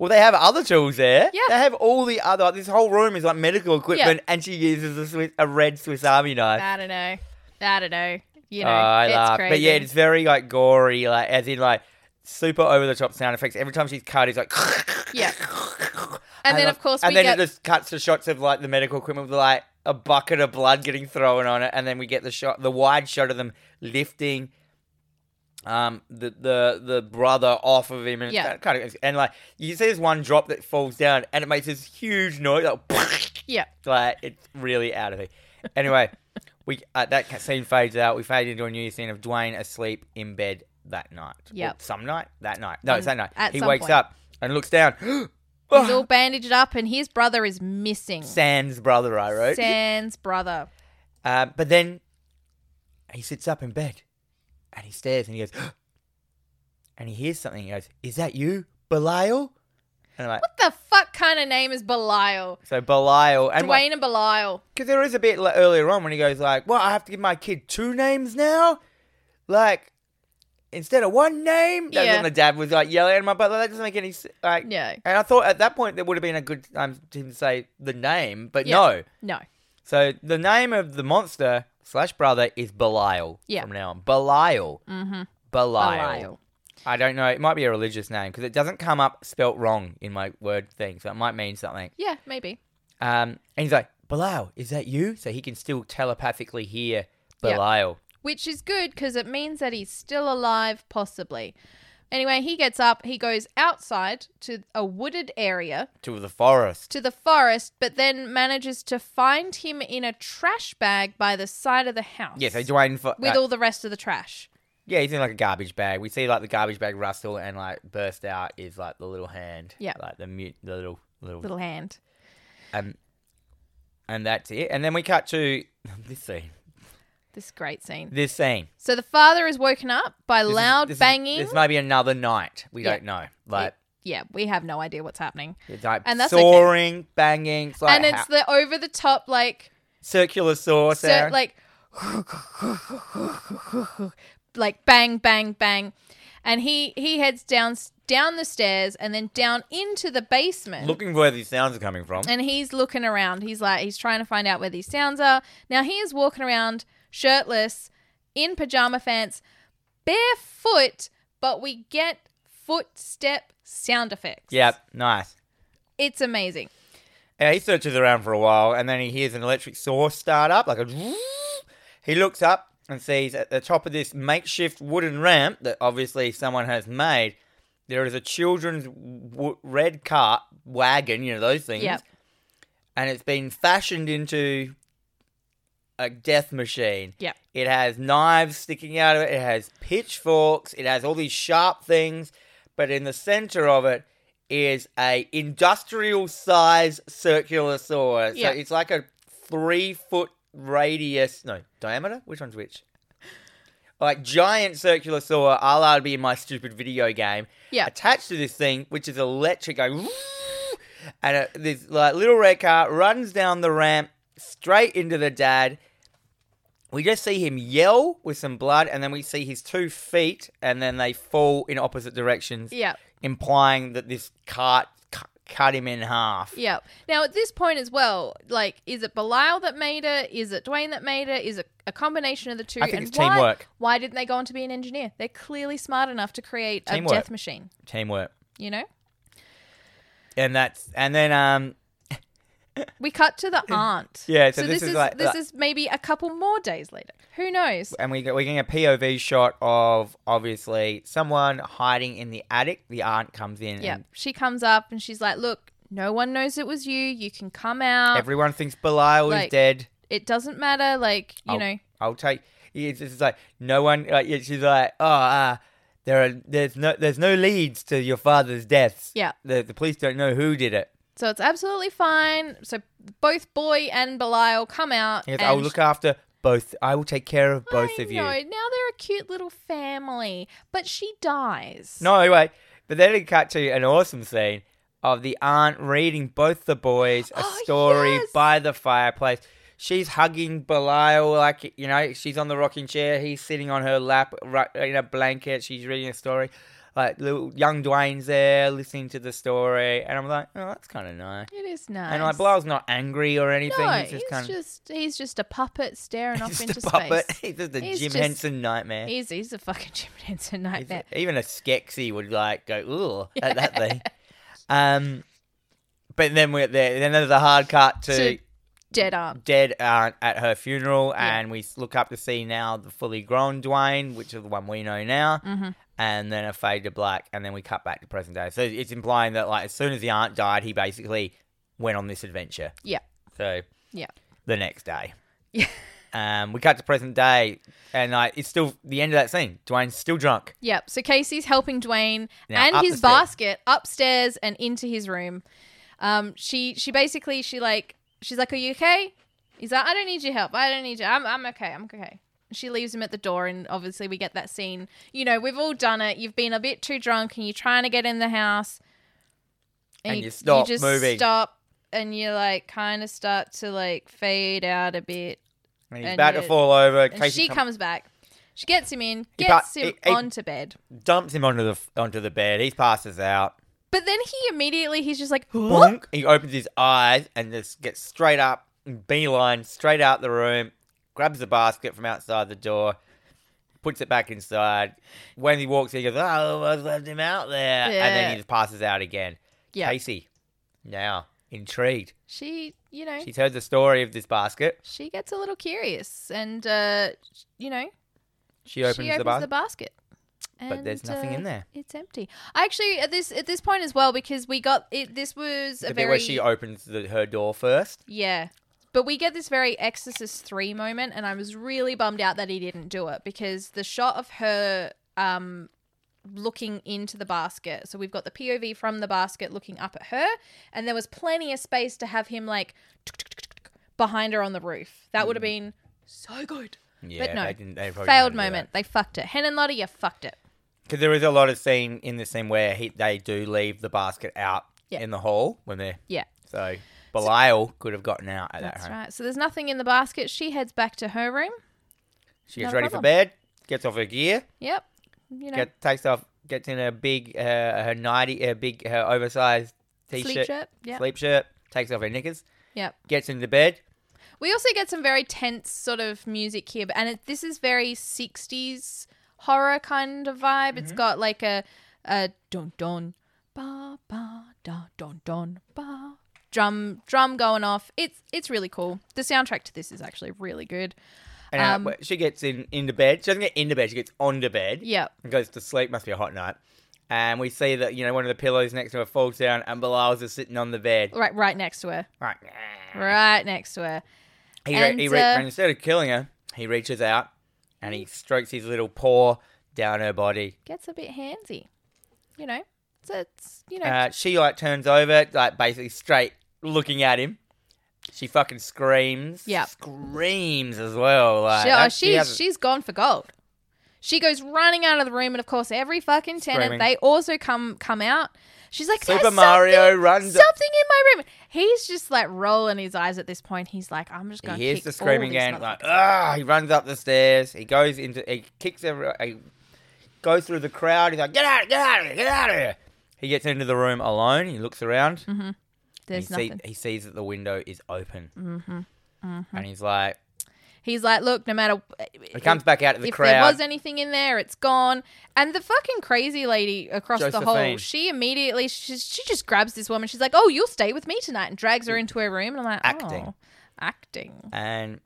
A: Well, they have other tools there.
B: Yeah.
A: They have all the other. This whole room is like medical equipment, and she uses a, Swiss, a red Swiss Army knife.
B: i don't know i don't know you
A: Oh,
B: know
A: I
B: it's
A: laugh.
B: crazy
A: But yeah, it's very like gory, like as in like super over the top sound effects. Every time she's cut, it's like.
B: Yeah. and, then
A: like-
B: of course
A: and
B: we
A: then
B: get
A: it just cuts to shots of like the medical equipment with like a bucket of blood getting thrown on it, and then we get the shot, the wide shot of them lifting um the the the brother off of him, and it's
B: Yeah.
A: kind of, kind of- and like you see this one drop that falls down, and it makes this huge noise, like,
B: yeah
A: like it's really out of it. Anyway, we uh, that ca- scene fades out. We fade into a new scene of Dwayne asleep in bed that night. Or
B: Yep.
A: some night that night. No, it's that night.
B: at
A: he
B: some
A: wakes
B: point.
A: up and looks down. Ah,
B: he's all bandaged up and his brother is missing
A: Sans brother, I wrote.
B: Sans brother.
A: Uh, but then he sits up in bed and he stares and he goes, and he hears something. He goes, Is that you, Belial? And like,
B: What the fuck kind of name is Belial?
A: so Belial and
B: Dwayne and Belial.
A: because there is a bit like, earlier on when he goes like, "Well, I have to give my kid two names now," like instead of one name. That's
B: Yeah.
A: when the dad was like yelling at my brother. That doesn't make any s- like.
B: No.
A: And I thought at that point there would have been a good time to him to say the name, but
B: Yeah.
A: no.
B: No.
A: So the name of the monster slash brother is Belial.
B: Yeah.
A: From now on, Belial.
B: Mm-hmm.
A: Belial.
B: Belial.
A: I don't know. It might be a religious name because it doesn't come up spelt wrong in my word thing, so it might mean something.
B: Yeah, maybe.
A: Um, and he's like, Belial, is that you? So he can still telepathically hear
B: Yeah.
A: Belial.
B: Which is good because it means that he's still alive, possibly. Anyway, he gets up, he goes outside to a wooded area,
A: To the forest.
B: to the forest, but then manages to find him in a trash bag by the side of the house.
A: Yeah, so Dwayne. Fo-
B: with
A: uh,
B: all the rest of the trash.
A: yeah, he's in like a garbage bag. We see like the garbage bag rustle and like burst out is like the little hand.
B: Yeah.
A: Like the mute, the little, little,
B: Little hand.
A: Um, and that's it. And then we cut to this scene.
B: This great scene.
A: This scene.
B: So the father is woken up by
A: This is-
B: loud
A: this is-
B: banging.
A: this might be another night. We
B: Yeah.
A: don't know. Like,
B: yeah, we have no idea what's happening.
A: It's like
B: And that's okay.
A: soaring, banging, it's like
B: and it's
A: ha-
B: the over the top like
A: circular saw
B: so,
A: sound.
B: like like bang bang bang. And he he heads down down the stairs and then down into the basement.
A: Looking where these sounds are coming from.
B: and he's looking around. He's like, he's trying to find out where these sounds are. Now he is walking around shirtless, in pajama pants, barefoot, but we get footstep sound effects.
A: Yep, nice.
B: It's amazing.
A: And he searches around for a while, and then he hears an electric saw start up, like a. He looks up and sees at the top of this makeshift wooden ramp that obviously someone has made. There is a children's w- red cart wagon, you know those things,
B: Yep.
A: and it's been fashioned into a death machine.
B: Yep.
A: It has knives sticking out of it. It has pitchforks. It has all these sharp things, but in the center of it is a industrial size circular saw.
B: Yeah.
A: So it's like a three foot radius, no diameter. Which one's which? Like giant circular saw, a la it'd be in my stupid video game.
B: Yeah.
A: Attached to this thing, which is electric, going, and it, this like little red car runs down the ramp straight into the dad. We just see him yell with some blood, and then we see his two feet, and then they fall in opposite directions,
B: Yeah.
A: implying that this cart cu- cut him in half.
B: Yeah. Now at this point as well, like, is it Belial that made it? Is it Dwayne that made it? Is it a combination of the two?
A: I think it's
B: why,
A: teamwork.
B: Why didn't they go on to be an engineer? They're clearly smart enough to create
A: Teamwork.
B: a death machine.
A: Teamwork,
B: You know.
A: and that's and then um
B: We cut to the aunt.
A: Yeah, so this is like-
B: this
A: like-
B: is maybe a couple more days later. Who knows?
A: and we get, we're getting a POV shot of obviously someone hiding in the attic. The aunt comes in,
B: Yeah,
A: and
B: she comes up and she's like, "Look, no one knows it was you. You can come out.
A: everyone thinks Belial
B: Uh, Like,
A: is dead.
B: it doesn't matter. Like, you
A: I'll,
B: know,
A: I'll take. It's, it's like no one. Like, yeah, she's like, oh, uh, there are there's no there's no leads to your father's deaths.
B: Yeah.
A: the the police don't know who did it.
B: so it's absolutely fine. So both boy and Belial come out.
A: He goes,
B: and
A: I'll "Oh, look after both. I will take care of both
B: I
A: of you.
B: know, Now they're a cute little family, but she dies.
A: No, wait. But then it cut to an awesome scene of the aunt reading both the boys a
B: Oh,
A: story
B: yes.
A: by the fireplace. She's hugging Belial like you know she's on the rocking chair. He's sitting on her lap right, in a blanket. She's reading a story. Like little young Dwayne's there listening to the story, and I'm like, oh, that's kind of nice.
B: it is nice.
A: And like Belial's not angry or anything.
B: no,
A: he's just kind of
B: just he's just a puppet staring off into
A: a puppet.
B: space.
A: He's just a
B: He's
A: Jim
B: just-
A: Henson nightmare.
B: He's, he's a fucking Jim Henson
A: If-
B: nightmare.
A: Even a Skexy would like go ooh at that thing. Um, but then we're there. Then there's a hard cut to,
B: To- Dead arm.
A: dead aunt at her funeral, and we s- look up to see now the fully grown Dwayne, which is the one we know now,
B: Mm-hmm.
A: and then a fade to black, and then we cut back to present day. So it's implying that like as soon as the aunt died, he basically went on this adventure.
B: Yeah.
A: So
B: Yeah.
A: the next day.
B: Yeah.
A: Um, we cut to present day, and like it's still the end of that scene. Dwayne's still drunk.
B: Yep. So Casey's helping Dwayne
A: Now, up
B: and his
A: the stairs.
B: basket upstairs and into his room. Um, she she basically she like she's like, "Are you okay?" He's like, "I don't need your help. I don't need you. I'm I'm okay. I'm okay." She leaves him at the door, and obviously we get that scene. You know, we've all done it. You've been a bit too drunk, and you're trying to get in the house.
A: And you stop
B: just
A: moving.
B: Stop, and you like kind of start to like fade out a bit.
A: And he's
B: And
A: about to
B: you-
A: fall over.
B: And
A: Casey
B: she
A: come-
B: comes back. She gets him in,
A: He pa-
B: gets him
A: he- he-
B: onto bed.
A: dumps him onto the onto the bed. He passes out.
B: But then he immediately he's just like, "Huh?"
A: Bonk. He opens his eyes and just gets straight up, beeline straight out the room, grabs the basket from outside the door, puts it back inside. When he walks in, he goes, "Oh, I left him out there," and then
B: Yeah.
A: he just passes out again.
B: Yeah.
A: Casey, now intrigued,
B: she, you know, she,
A: she's heard the story of this basket.
B: gets a little curious, and uh, you know,
A: She opens,
B: she opens
A: the basket.
B: And,
A: but there's nothing in
B: uh,
A: there.
B: It's empty. Actually, at this at this point as well, because we got it. This was
A: The
B: a
A: bit
B: very
A: where she opens the, her door first.
B: Yeah. But we get this very Exorcist 3 moment, and I was really bummed out that he didn't do it because the shot of her um, looking into the basket. So we've got the POV from the basket looking up at her, and there was plenty of space to have him like tuk, tuk, tuk, tuk, tuk, behind her on the roof. That would have been so good.
A: Yeah,
B: no.
A: they didn't, Mm. they probably didn't
B: Failed
A: do that.
B: moment. They fucked it. Hen and Lottie, you fucked it.
A: Because there is a lot of scene in the scene where he, they do leave the basket out
B: Yeah.
A: in the hall when they're
B: Yeah.
A: so Belial could have gotten out at that
B: That's
A: home.
B: right. So there's nothing in the basket. She heads back to her room.
A: She gets
B: Not a
A: ready for
B: problem.
A: bed, gets off her gear,
B: Yep. You know,
A: get takes off, gets in her big uh, her nighty, her big her oversized t-shirt,
B: sleep shirt. Yep.
A: sleep shirt, takes off her knickers,
B: Yep.
A: gets into bed.
B: We also get some very tense sort of music here, but- and it, this is very 60s horror kind of vibe. It's got like a, a don don ba ba da don don ba drum drum going off. It's it's really cool. The soundtrack to this is actually really good.
A: And uh,
B: Um,
A: wh- she gets in into bed. She doesn't get into bed. She gets onto bed.
B: Yep.
A: And goes to sleep. Must be a hot night. And we see that you know one of the pillows next to her falls down, and Bilal's just sitting on the bed.
B: Right right next to her.
A: Right.
B: Right next to her.
A: He,
B: And,
A: re- he re-
B: uh,
A: and instead of killing her, he reaches out and he strokes his little paw down her body.
B: Gets a bit handsy. You know. So it's you know
A: Uh, she like turns over, like basically straight looking at him. She fucking screams.
B: Yep.
A: Screams as well. Like,
B: She, oh,
A: that-
B: she's
A: she hasn't-
B: she's gone for gold. She goes running out of the room, and of course, every fucking tenant
A: Screaming.
B: they also come come out. She's like,
A: Super
B: "There's
A: Mario uh,
B: something,
A: runs-
B: something in my room." He's just like rolling his eyes at this point. He's like, "I'm just going."
A: he hears
B: kick
A: the screaming
B: all these
A: again. Like,
B: motherfuckers."
A: ah! He runs up the stairs. He goes into. He kicks every. He goes through the crowd. He's like, get out! Get out of here! Get out of here! He gets into the room alone. He looks around.
B: There's
A: he, see-
B: nothing.
A: he sees that the window is open. Mm-hmm. And he's like,
B: He's like, "Look, no matter."
A: he comes back out of the
B: if
A: crowd.
B: there was anything in there, it's gone. And the fucking crazy lady across the hall,
A: Josephine.
B: she immediately she's, she just grabs this woman. She's like, "Oh, you'll stay with me tonight," and drags her into her room. And I'm like,
A: Acting.
B: "Oh, acting."
A: and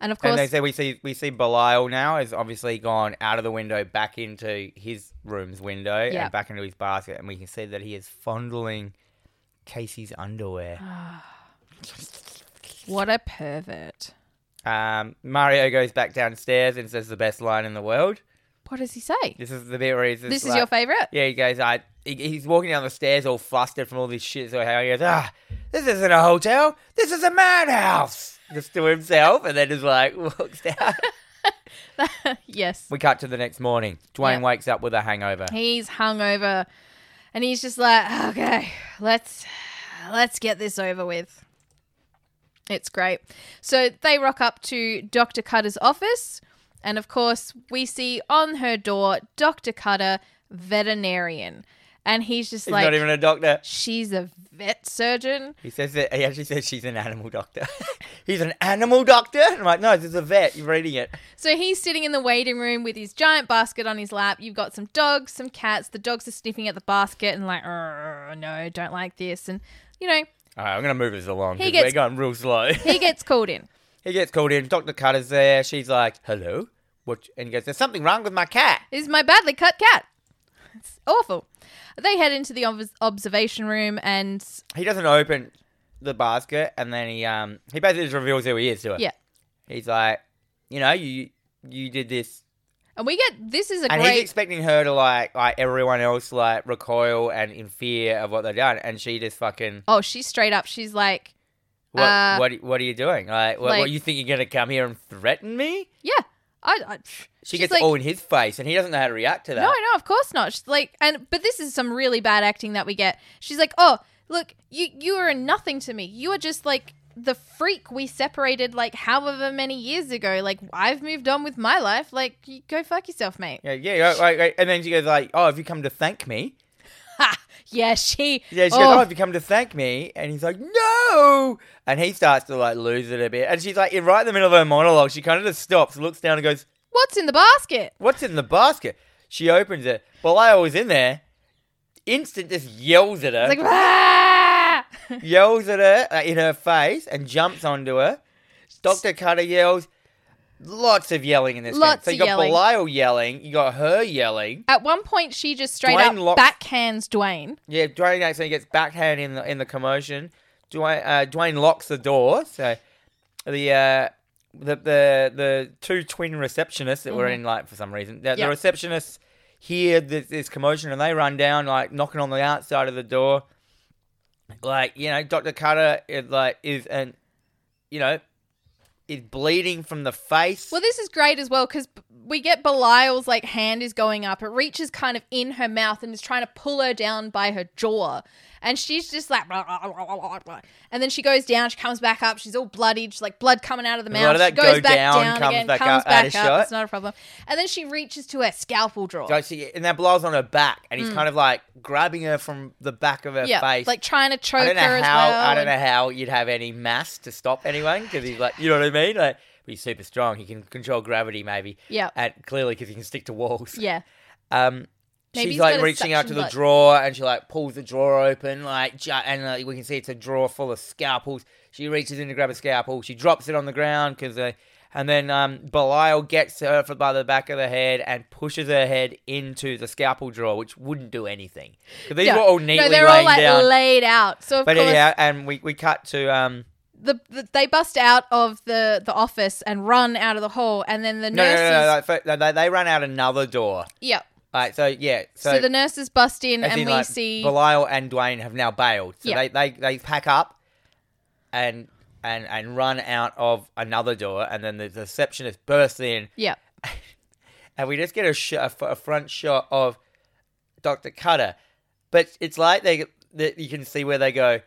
B: And of
A: and they
B: course,
A: say we see we see Belial now has obviously gone out of the window back into his room's window
B: Yeah.
A: and back into his basket, and we can see that he is fondling Casey's
B: Ah.
A: underwear.
B: what a pervert.
A: Um, Mario goes back downstairs and says the best line in the world.
B: What does he say?
A: This is the bit where he's just
B: This is
A: like-
B: your favorite?
A: Yeah, he goes. I he, he's walking down the stairs all flustered from all this shit. So he goes, ah, this isn't a hotel. This is a madhouse. Just to himself, and then just like walks down.
B: yes.
A: we cut to the next morning. Dwayne
B: Yeah.
A: wakes up with a hangover.
B: He's hungover and he's just like, okay, let's let's get this over with. It's great. So they rock up to Dr. Cutter's office, and of course, we see on her door Dr. Cutter, veterinarian. And he's just
A: He's
B: like
A: not even a doctor.
B: she's a vet surgeon.
A: He says that he actually says she's an animal doctor. he's an animal doctor. I'm like, no, this is a vet. You're reading it.
B: So he's sitting in the waiting room with his giant basket on his lap. You've got some dogs, some cats. The dogs are sniffing at the basket and like, "Arr, no, don't like this. And you know,
A: All right, I'm gonna move this along
B: He
A: because
B: gets-
A: we're going real slow.
B: he gets called in.
A: he gets called in. Doctor Cutter's there. She's like, hello. What? And he goes, there's something wrong with my cat.
B: This is my badly cut cat. It's awful. They head into the obs- observation room and
A: he doesn't open the basket and then he um he basically just reveals who he is to her.
B: yeah,
A: He's like, you know, you you did this.
B: and we get this is a
A: And he's
B: great
A: expecting her to like like everyone else like recoil and in fear of what they've done and she just fucking
B: oh she's straight up she's like
A: what
B: Uh,
A: what what are you doing? Like what, what
B: like-
A: you think you're gonna come here and threaten me?
B: yeah I, I she
A: She
B: she's
A: gets
B: like,
A: all in his face, and he doesn't know how to react to that.
B: No, no, of course not. She's like, and but this is some really bad acting that we get. She's like, oh, look, you you are nothing to me. You are just like the freak we separated like however many years ago. Like I've moved on with my life. Like you go fuck yourself, mate.
A: Yeah, yeah, right, right, right. And then she goes like, "Oh, have you come to thank me?"
B: Ha! Yeah, she.
A: Yeah, she goes,
B: oh,
A: "Oh, have you come to thank me?" And he's like, "No!" And he starts to like lose it a bit. And she's like, right in the middle of her monologue, she kind of just stops, looks down, and goes,
B: what's in the basket?
A: "What's in the basket?" She opens it. Well, I was in there. Instant just yells at her,
B: It's like, "Ah!"
A: yells at her uh, in her face, and jumps onto her. Doctor Cutter yells. Lots of yelling in this. thing.
B: Lots
A: So you
B: of
A: got
B: yelling.
A: Belial yelling. You got her yelling.
B: At one point, she just straight
A: Dwayne
B: up
A: locks-
B: backhands Dwayne.
A: Yeah, Dwayne actually gets backhand in the in the commotion. Dwayne, uh, Dwayne locks the door, so the uh, the the the two twin receptionists that were in like for some reason. The,
B: Mm-hmm. Yeah.
A: the receptionists hear this, this commotion and they run down, like knocking on the outside of the door. Like you know, Doctor Cutter is like is and you know is bleeding from the face.
B: Well, this is great as well because we get Belial's like hand is going up. It reaches kind of in her mouth and is trying to pull her down by her jaw, and she's just like, "Blah, blah, blah, blah, blah." and then she goes down. She comes back up. She's all bloodied. She's like blood coming out of the
A: There's
B: mouth.
A: a lot of that
B: she goes
A: go
B: back
A: down,
B: down,
A: comes
B: again,
A: back
B: comes
A: up, out of
B: back up.
A: shot.
B: It's not a problem. And then she reaches to her scalpel drawer.
A: So she, and that blows on her back, and he's kind of like grabbing her from the back of her
B: Mm. yeah,
A: face.
B: like trying to choke
A: I don't know
B: her as
A: how
B: well.
A: I don't
B: and-
A: know how you'd have any mass to stop anyone because he's like you know what I mean like but he's super strong he can control gravity maybe
B: Yeah.
A: and clearly because he can stick to walls
B: Yeah.
A: um
B: Maybe
A: she's
B: he's
A: like
B: got a
A: reaching out to
B: suction
A: the
B: bug.
A: drawer and she like pulls the drawer open like ju- and like, we can see it's a drawer full of scalpels she reaches in to grab a scalpel she drops it on the ground because uh, and then um, Belial gets her for- by the back of the head and pushes her head into the scalpel drawer, which wouldn't do anything. 'Cause these
B: Yeah.
A: were all neatly
B: no, they're
A: laying
B: all like
A: down.
B: laid out. So of
A: But
B: course,
A: yeah, and we, we cut to um
B: the, the they bust out of the the office and run out of the hall, and then the
A: no no
B: nurses.
A: no, no, like, fir- no, they, they run out another door.
B: Yeah.
A: Like so yeah so,
B: So, the nurses bust in,
A: as
B: and
A: in,
B: we
A: like,
B: see
A: Belial and Dwayne have now bailed, so
B: Yeah.
A: they, they they pack up and and and run out of another door, and then the receptionist bursts in,
B: yeah,
A: and we just get a, sh- a, f- a front shot of Doctor Cutter, but it's like they that you can see where they go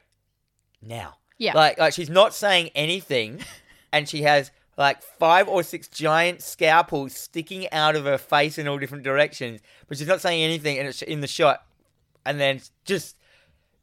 A: now.
B: yeah,
A: Like like she's not saying anything and she has like five or six giant scalpels sticking out of her face in all different directions, but she's not saying anything and it's in the shot. And then just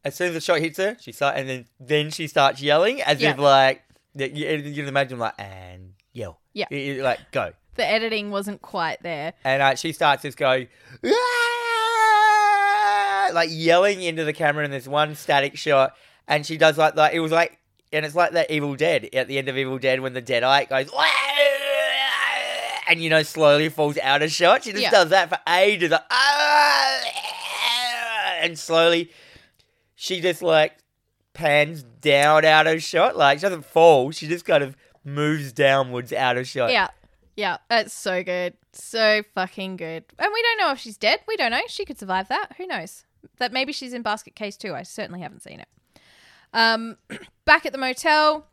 A: as soon as the shot hits her, she start and then then she starts yelling as
B: Yeah.
A: if like that you, you can imagine like and yell.
B: Yeah.
A: You- you, like go.
B: the editing wasn't quite there.
A: And uh, she starts just going, "Ah!" like yelling into the camera in this one static shot. And she does like that. It was like, and it's like that Evil Dead at the end of Evil Dead when the Deadite goes, "Ah!" and you know, slowly falls out of shot. She just
B: Yeah.
A: does that for ages. Like, "Ah!" and slowly she just like pans down out of shot. Like she doesn't fall, she just kind of moves downwards out of shot.
B: Yeah, yeah, that's so good, so fucking good. And we don't know if she's dead. We don't know. She could survive that. Who knows? That maybe she's in basket case too. I certainly haven't seen it. Um, back at the motel,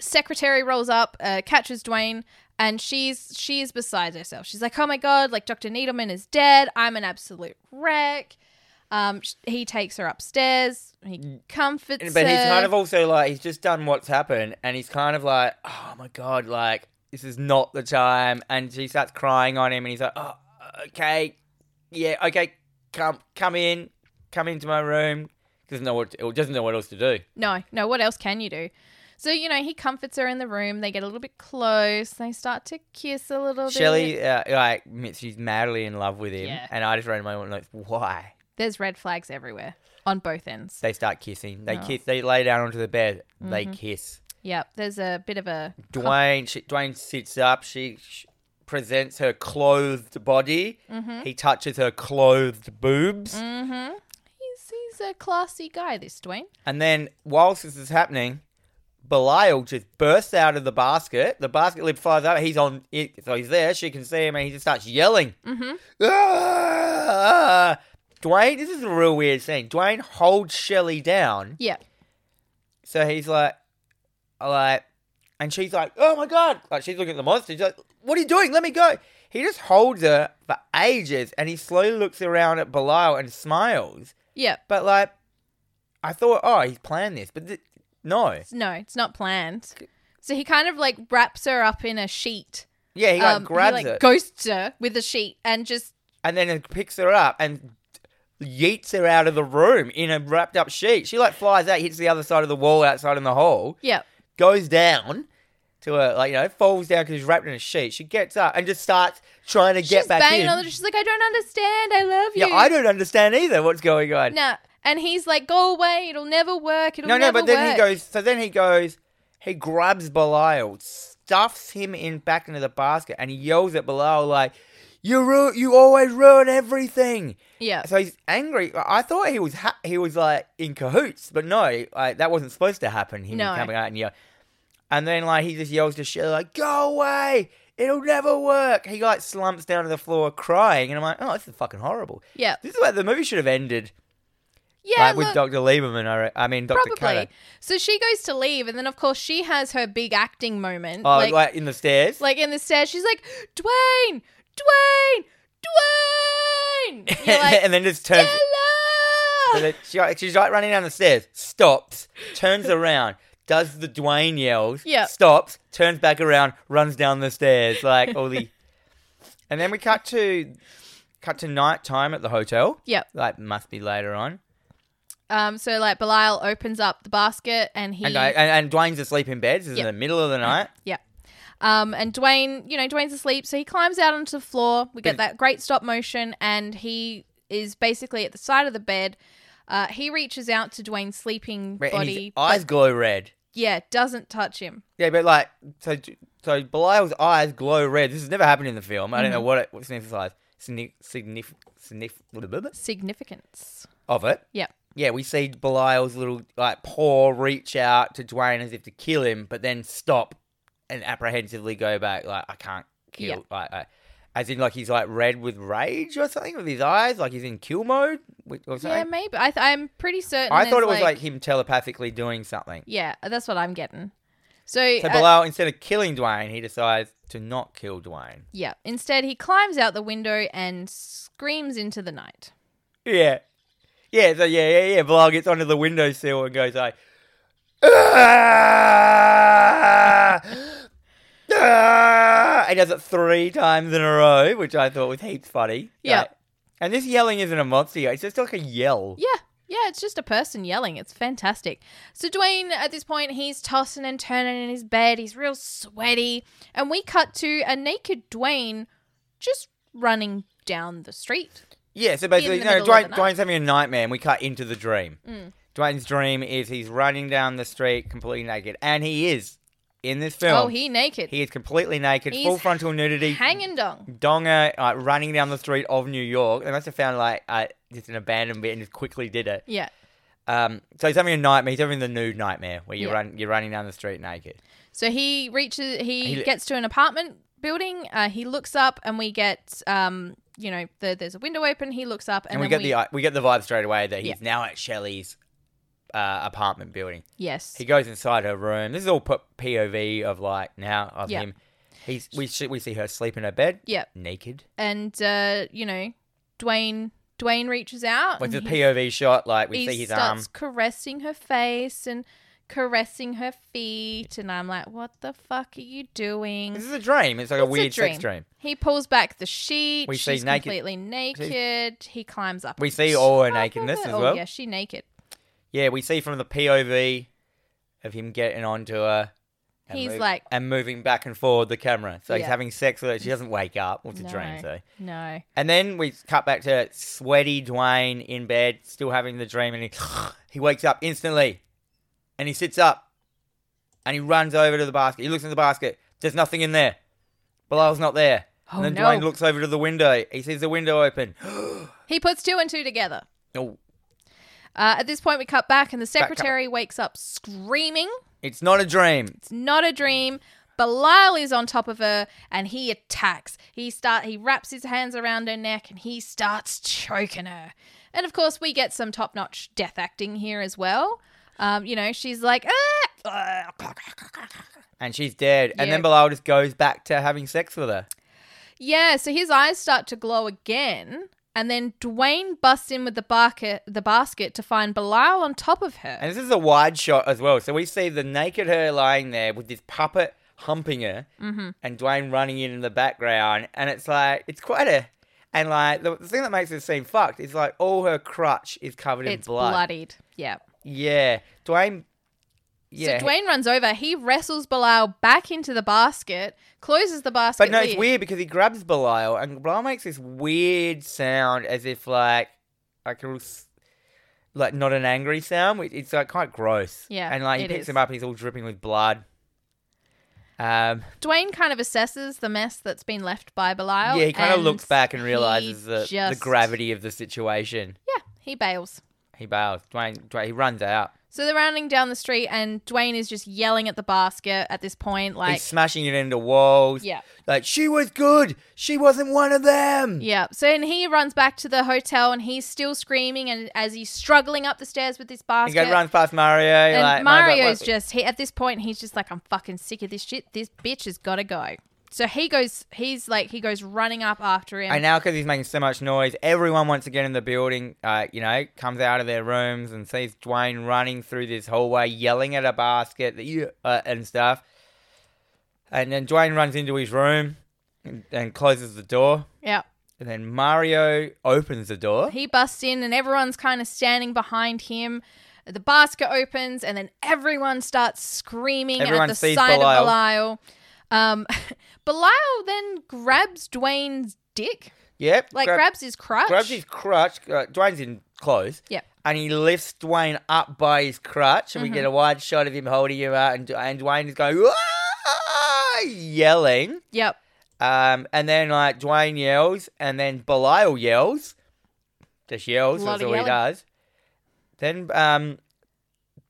B: secretary rolls up, uh, catches Dwayne, and she's she is beside herself. She's like, "Oh my god! Like Dr. Needleman is dead. I'm an absolute wreck." Um, sh- he takes her upstairs. He comforts
A: And- Mm. but
B: her.
A: he's kind of also like he's just done what's happened, and he's kind of like, oh my god, like this is not the time. And she starts crying on him, and he's like, oh, okay, yeah, okay, come, come in, come into my room. Doesn't know what to, doesn't know what else to do.
B: No, no, what else can you do? So, you know, he comforts her in the room. They get a little bit close. They start to kiss a little bit.
A: Shelley, uh, like admits she's madly in love with him,
B: Yeah.
A: and I just read in my own notes why
B: There's red flags everywhere on both ends.
A: they start kissing. They
B: Oh. Mm-hmm.
A: kiss. They lay down onto the bed. They kiss.
B: Yep. There's a bit of a.
A: Dwayne she, Dwayne sits up. She, sh presents her clothed body. He touches her clothed boobs,
B: Mm-hmm. He's, he's a classy guy, this Dwayne.
A: and then whilst this is happening, Belial just bursts out of the basket. The basket lid flies out. He's on. It, so he's there. She can see him, and he just starts yelling.
B: Mhm.
A: "Ah!" Dwayne, this is a real weird scene. Dwayne holds Shelley down,
B: Yep.
A: so he's like, like, And she's like, oh my God. Like, she's looking at the monster. She's like, what are you doing? Let me go. He just holds her for ages and he slowly looks around at Belial and smiles.
B: Yeah.
A: But, like, I thought, oh, he's planned this. But th- no.
B: No, it's not planned. So he kind of like wraps her up in a sheet.
A: Yeah, he like,
B: Um,
A: grabs
B: he, like,
A: her
B: Ghosts her with a sheet and just
A: and then it picks her up and yeets her out of the room in a wrapped up sheet. She, like, flies out, hits the other side of the wall outside in the hole.
B: yeah.
A: goes down to a like you know falls down because he's wrapped in a sheet. She gets up and just starts trying to get
B: She's
A: back
B: banging
A: in.
B: on the. She's like, I don't understand. I love you.
A: yeah, I don't understand either what's going on.
B: Nah. And he's like, go away. It'll never work. It'll
A: no, no,
B: never
A: but then he
B: work."
A: goes. So then he goes. He grabs Belial, stuffs him in back into the basket, and he yells at Belial like, "You ru- you always ruin everything."
B: Yeah.
A: So he's angry. I thought he was ha- he was like in cahoots, but no, like that wasn't supposed to happen. Him
B: No.
A: coming out and yell, and then like he just yells to Sheila like, "Go away! It'll never work." He like slumps down to the floor crying, and I'm like, "Oh, this is fucking horrible."
B: Yeah.
A: This is where the movie should have ended,
B: Yeah.
A: like with
B: look-
A: Doctor Lieberman. I, re- I mean, Doctor
B: Probably. So she goes to leave, and then of course she has her big acting moment.
A: Oh,
B: like,
A: like, in the stairs.
B: like in the stairs, she's like, Dwayne, Dwayne, Dwayne. You're like,
A: and then just turns.
B: hello.
A: and then she, like, she's like running down the stairs, stops, turns around, does the Dwayne yells,
B: Yeah.
A: stops, turns back around, runs down the stairs, like all the. And then we cut to, cut to night time at the hotel.
B: Yep.
A: Like must be later on,
B: Um. So like Belial opens up the basket, and he.
A: and, I, and, and Dwayne's asleep in bed. This is
B: Yep.
A: in the middle of the night.
B: Yeah. Um, and Dwayne, you know, Dwayne's asleep, so he climbs out onto the floor. We get that great stop motion, and he is basically at the side of the bed. Uh, he reaches out to Dwayne's sleeping
A: Right, and his
B: body,
A: eyes glow red.
B: yeah, doesn't touch him.
A: Yeah, but like so, so Belial's eyes glow red. This has never happened in the film.
B: Mm-hmm.
A: I don't know what it what signifies. Signif- signif- signif-
B: Significance.
A: of it.
B: Yep.
A: Yeah, we see Belial's little like paw reach out to Dwayne as if to kill him, but then stop and apprehensively go back. Like I can't kill.
B: Yeah.
A: Like, I, as in, like he's like red with rage or something with his eyes. Like he's in kill mode with- or
B: Yeah,
A: something.
B: maybe. I th- I'm pretty certain.
A: I thought
B: there's,
A: it was like him telepathically doing something.
B: Yeah, that's what I'm getting. So,
A: So
B: uh,
A: Belial, instead of killing Dwayne, he decides to not kill Dwayne.
B: yeah. Instead, he climbs out the window and screams into the night.
A: Yeah. Yeah, so yeah, yeah, yeah. Belial gets onto the windowsill and goes like "Ah! Ah!" He does it three times in a row, which I thought was heaps funny.
B: Yeah.
A: Like- and this yelling isn't a monster, yell, it's just like a yell.
B: Yeah. Yeah, it's just a person yelling. It's fantastic. So Dwayne at this point, he's tossing and turning in his bed. He's real sweaty. And we cut to a naked Dwayne just running down the street.
A: Yeah, so basically,
B: the
A: no,
B: middle of
A: Dwayne,
B: the night. Mm.
A: Dwayne's having a nightmare and we cut into the dream. Dwayne's dream is he's running down the street completely naked, and he is in this film.
B: Oh, he naked.
A: He is completely naked,
B: He's
A: full frontal nudity,
B: Hanging dong.
A: Donga like running down the street of New York. They must have found like uh, just an abandoned bit and just quickly did it.
B: Yeah.
A: Um, so he's having a nightmare. He's having the nude nightmare where you
B: Yeah.
A: run, you're running down the street naked.
B: So he reaches he,
A: He-
B: gets to an apartment building. Uh, he looks up and we get um, you know, the, there's a window open. He looks up and,
A: And we
B: then
A: get the uh, we get the vibe straight away that he's
B: Yeah.
A: now at Shelley's uh, apartment building.
B: Yes.
A: He goes inside her room. This is all put POV of like now of
B: Yeah.
A: him. He's we sh- we see her sleep in her bed
B: yeah.
A: naked.
B: And uh, you know, Dwayne Dwayne reaches out.
A: Like
B: and
A: the
B: he-
A: POV shot, like we
B: Oh, he
A: see his arm.
B: starts caressing her face and caressing her feet and i'm like what the fuck are you doing
A: This is a dream. It's like a
B: It's a
A: weird
B: dream.
A: sex dream.
B: he pulls back the sheet
A: We see
B: she's
A: naked-
B: completely naked he climbs up
A: We
B: on
A: see all her
B: top of
A: nakedness
B: it.
A: as
B: Oh,
A: well.
B: yeah she naked
A: Yeah, we see from the POV of him getting onto her. and
B: He's like-
A: and moving back and forward the camera, so he's
B: Yeah.
A: having sex with her. She doesn't wake up. What's a dream,
B: No.
A: so.
B: no
A: And then we cut back to sweaty Dwayne in bed, still having the dream, and he he wakes up instantly, and he sits up, and he runs over to the basket. He looks in the basket. There's nothing in there. Bilal's not there.
B: Oh,
A: and then
B: no.
A: Dwayne looks over to the window. He sees the window open.
B: he puts two and two together
A: oh,
B: uh, at this point we cut back and the
A: up.
B: secretary wakes up screaming
A: it's not a dream.
B: It's not a dream. Belial is on top of her and he attacks. He start he wraps his hands around her neck and he starts choking her. And of course, we get some top-notch death acting here as well. Um, you know, she's like, ah,
A: and she's dead. And then
B: Yeah.
A: Bilal just goes back to having sex with her.
B: Yeah, so his eyes start to glow again, and then Dwayne busts in with the barca- the basket to find Bilal on top of her.
A: And this is a wide shot as well. So we see the naked her lying there with this puppet humping her
B: Mm-hmm.
A: and Dwayne running in in the background. And it's like, it's quite a. And like, the the thing that makes this seem fucked is like all her crutch is covered
B: it's
A: in blood.
B: bloodied. Yeah.
A: Yeah. Dwayne. Yeah.
B: So Dwayne runs over. He wrestles Bilal back into the basket, closes the basket.
A: But no, it's
B: lid.
A: weird because he grabs Belial and Belial makes this weird sound as if like like a real s- like not an angry sound. which- It's like quite gross.
B: Yeah,
A: and like he
B: it
A: picks
B: is.
A: him up, and he's all dripping with blood. Um,
B: Dwayne kind of assesses the mess that's been left by Bilal.
A: yeah, he kind of
B: Oh, and
A: looks back and
B: he
A: realizes the, the
B: just-
A: gravity of the situation.
B: Yeah, he bails.
A: He bails. Dwayne, Dwayne he runs out.
B: So they're rounding down the street, and Dwayne is just yelling at the basket at this point, like,
A: he's smashing it into walls.
B: Yeah.
A: like she was good. She wasn't one of them.
B: Yeah. So and he runs back to the hotel and he's still screaming and as he's struggling up the stairs with this
A: He
B: basket.
A: goes runs past Mario.
B: and
A: like, Mario's
B: Mario's just he at this point he's just like, I'm fucking sick of this shit. This bitch has gotta go. So he goes he's like he goes running up after him.
A: And now, because he's making so much noise, everyone once again in the building, uh, you know, comes out of their rooms and sees Dwayne running through this hallway, yelling at a basket that you uh, and stuff. And then Dwayne runs into his room and, and closes the door.
B: yeah.
A: And then Mario opens the door.
B: He busts in and everyone's kind of standing behind him. The basket opens and then everyone starts screaming
A: Everyone
B: at the
A: sees
B: sight
A: Belial.
B: of Belial. Um Belial then grabs Dwayne's dick,
A: Yep.
B: like
A: grab-
B: grabs his crutch.
A: grabs his crutch. Uh, Dwayne's in clothes.
B: Yep.
A: And he lifts Dwayne up by his crutch, and we get a wide shot of him holding him out, and, and Dwayne is going, "Wah!" yelling.
B: Yep.
A: Um, and then like Dwayne yells, and then Belial yells, just yells.
B: Lot
A: That's
B: of
A: all
B: yelling.
A: he does. Then um,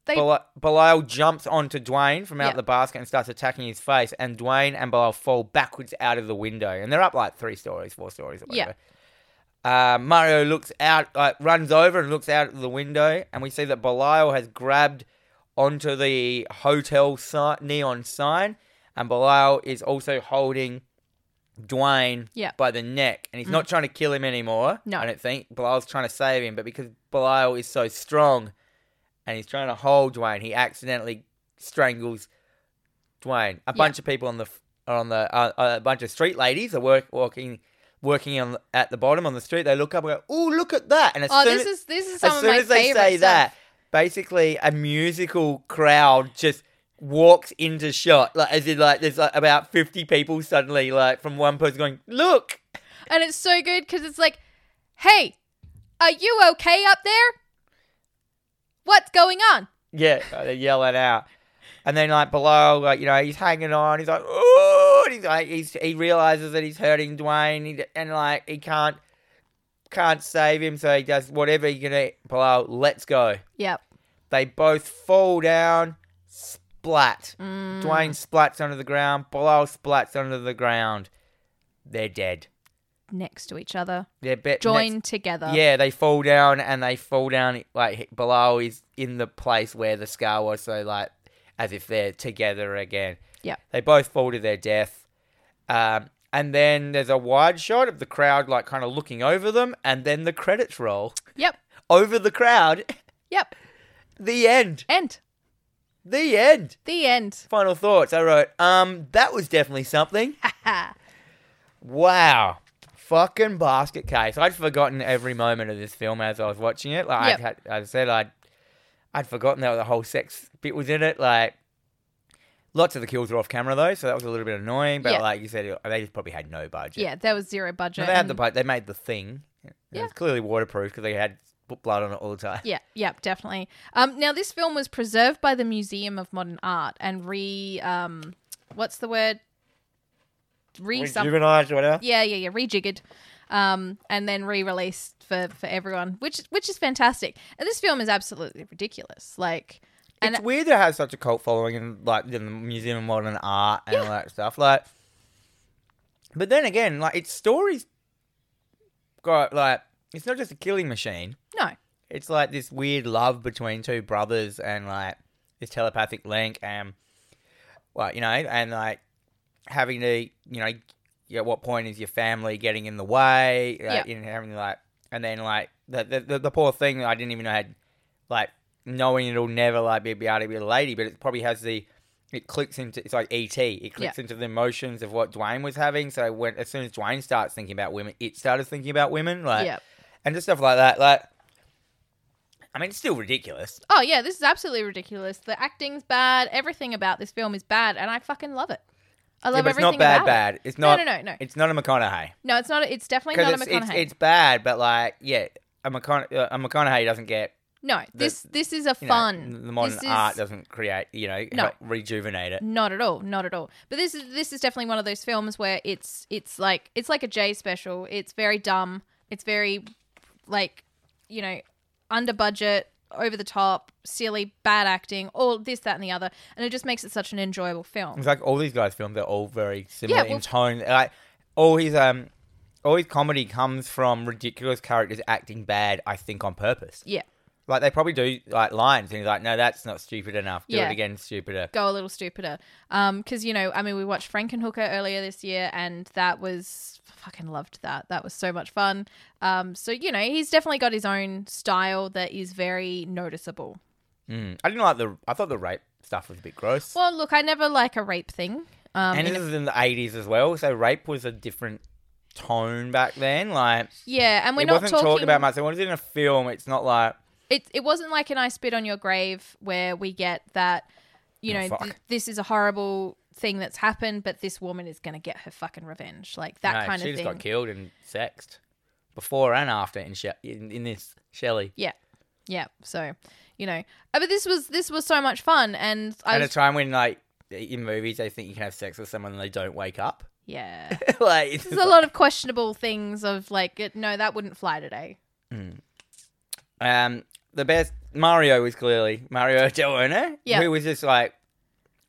B: They
A: Bel- Belial jumps onto Dwayne from out
B: Yeah.
A: the basket and starts attacking his face, and Dwayne and Belial fall backwards out of the window, and they're up like three stories, four stories, or
B: Yeah.
A: whatever. Uh, Mario looks out, like runs over and looks out the window, and we see that Belial has grabbed onto the hotel si- neon sign, and Belial is also holding Dwayne
B: Yeah. Mm.
A: by the neck, and he's not trying to kill him anymore.
B: No.
A: I don't think Belial's trying to save him, but because Belial is so strong, and he's trying to hold Dwayne, he accidentally strangles Dwayne. A bunch of people on the f- are on the uh, uh, a bunch of street ladies are work, walking working on at the bottom on the street. They look up and go, "Oh, look at that!" And as
B: Oh,
A: soon
B: this
A: as-
B: is this is some
A: as
B: of
A: soon
B: my
A: as they
B: favorite
A: say
B: stuff.
A: that, basically a musical crowd just walks into shot. Like as in like there's like about fifty people suddenly like from one person going, Look
B: and it's so good because it's like, "Hey, are you okay up there? What's going on?"
A: Yeah, uh, they yell it out. And then like below, like, you know, he's hanging on, he's like, Oh and he's like he's, he realizes that he's hurting Dwayne he, and like he can't can't save him, so he does whatever he can eat. Below, let's go.
B: Yep.
A: They both fall down, splat. Dwayne splats onto the ground. Bilal splats onto the ground. They're dead.
B: Next to each other,
A: They're bet-
B: joined
A: next-
B: together.
A: yeah, they fall down and they fall down. Like Bilal is in the place where the scar was, so like as if they're together again.
B: Yep.
A: They both fall to their death. Um, and then there's a wide shot of the crowd, like kind of looking over them, and then the credits roll
B: Yep.
A: over the crowd.
B: Yep.
A: the end.
B: End.
A: The end.
B: The end.
A: Final thoughts. I wrote, um, that was definitely something. Wow. Fucking basket case. I'd forgotten every moment of this film as I was watching it. Like
B: Yep.
A: I'd had, I said, I'd I'd forgotten that the whole sex bit was in it. Like lots of the kills were off camera though, so that was a little bit annoying. But
B: Yeah.
A: like you said, they just probably had no budget.
B: yeah, there was zero budget.
A: No, they had
B: and-
A: the budget. They made the thing. It
B: Yeah.
A: was clearly waterproof because they had put blood on it all the time.
B: yeah, yep, definitely. Um, now this film was preserved by the Museum of Modern Art and re um, what's the word? Re something.
A: Rejuvenized or whatever.
B: yeah, yeah, yeah, rejiggered, um, and then re-released for for everyone, which which is fantastic. And this film is absolutely ridiculous. Like, and
A: it's weird to have such a cult following in like in the Museum of Modern Art and all that stuff. Like, but then again, like its stories got like it's not just a killing machine.
B: no,
A: It's like this weird love between two brothers and like this telepathic link and well, you know, and like having to, you know, at what point is your family getting in the way? Like,
B: Yeah.
A: You know, having to, like, and then like the the, the, the poor thing that I didn't even know had like knowing it'll never like be, be able to be a lady, but it probably has the it clicks into it's like ET. It clicks into the emotions of what Dwayne was having. So when as soon as Dwayne starts thinking about women, it started thinking about women, like
B: Yep.
A: and just stuff like that. Like, I mean, it's still ridiculous.
B: Oh yeah, this is absolutely ridiculous. The acting's bad. Everything about this film is bad, and I fucking love it. I
A: Yeah,
B: love
A: but it's not
B: everything
A: bad.
B: about it.
A: Bad. It's not.
B: no, no, no, no,
A: It's not a McConaughey.
B: no. It's not. A, it's definitely
A: because
B: not a
A: it's, it's
B: McConaughey.
A: it's bad, but like yeah, a, McCona- uh, a McConaughey doesn't get
B: no, this this is a
A: you know,
B: fun.
A: the modern
B: This is-
A: art doesn't create you know
B: No.
A: help rejuvenate it.
B: Not at all, not at all. But this is this is definitely one of those films where it's it's like it's like a J special. It's very dumb. It's very like you know under budget, over the top, silly, bad acting, all this, that, and the other, and it just makes it such an enjoyable film.
A: It's like all these guys' films are all very similar
B: Yeah, well-
A: in tone. Like all his um, all his comedy comes from ridiculous characters acting bad. I think on purpose.
B: Yeah,
A: Like they probably do like lines and he's like, no, that's not stupid enough. Do
B: Yeah.
A: it again, stupider.
B: go a little stupider. Um, because you know, I mean, we watched Frankenhooker earlier this year, and that was fucking loved that. That was so much fun. Um, so you know, he's definitely got his own style that is very noticeable.
A: Mm. I didn't like the. I thought the rape stuff was a bit gross.
B: Well, look, I never like a rape thing. Um,
A: and
B: in
A: this
B: a-
A: is in the eighties as well, so rape was a different tone back then. Like
B: yeah, and we're
A: it
B: not
A: wasn't
B: talking
A: talked about much. So when it's in a film, it's not like
B: It, it wasn't like an I spit on your grave where we get that, you
A: Oh,
B: know,
A: fuck.
B: th- this is a horrible thing that's happened, but this woman is going to get her fucking revenge, like that
A: no,
B: kind
A: she
B: of
A: just
B: thing.
A: got killed and sexed before and after in she- in, in this Shelley.
B: Yeah, yeah. So, you know, Uh, but this was this was so much fun, and I
A: At a
B: was,
A: time when like in movies they think you can have sex with someone and they don't wake up.
B: yeah,
A: like it's
B: there's a lot of questionable things of like, it- no, that wouldn't fly today.
A: Um, the best Mario was clearly Mario Del Owner,
B: Yeah.
A: who was just like,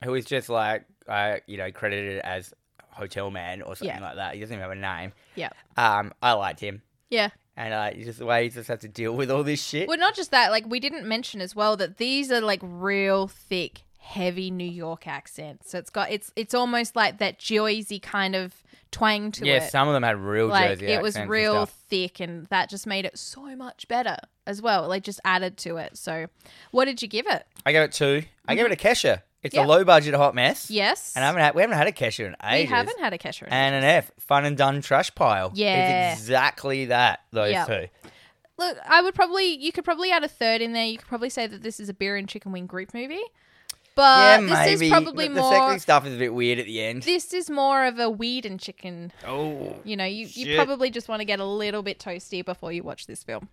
A: who was just like, uh, you know, credited as hotel man or something
B: Yeah.
A: like that. He doesn't even have a name.
B: Yeah,
A: Um, I liked him,
B: yeah.
A: and uh, it's just the way he just had to deal with all this shit.
B: Well, not just that. Like we didn't mention as well that these are like real thick, heavy New York accents. So it's got it's it's almost like that Jersey kind of twang to
A: yeah,
B: it.
A: some of them had real
B: like
A: Jersey
B: it was
A: accents and
B: real
A: stuff.
B: thick, and that just made it so much better as well. Like just added to it. So, what did you give it?
A: I gave it two. I gave it a Kesha. It's
B: Mm-hmm. Yeah.
A: a low budget hot mess.
B: Yes,
A: And I haven't had, we haven't had a Kesha in
B: we
A: ages.
B: haven't had a Kesher.
A: And an F, fun and done trash pile.
B: Yeah.
A: It's exactly that, those
B: Yeah.
A: two.
B: Look, I would probably you could probably add a third in there. You could probably say that this is a beer and chicken wing group movie,
A: yeah,
B: but Uh, this
A: maybe.
B: is probably
A: the, the
B: more.
A: sexy stuff is a bit weird at the end.
B: this is more of a weed and chicken
A: Oh.
B: You know, you, you
A: Shit.
B: probably just want to get a little bit toasty before you watch this film.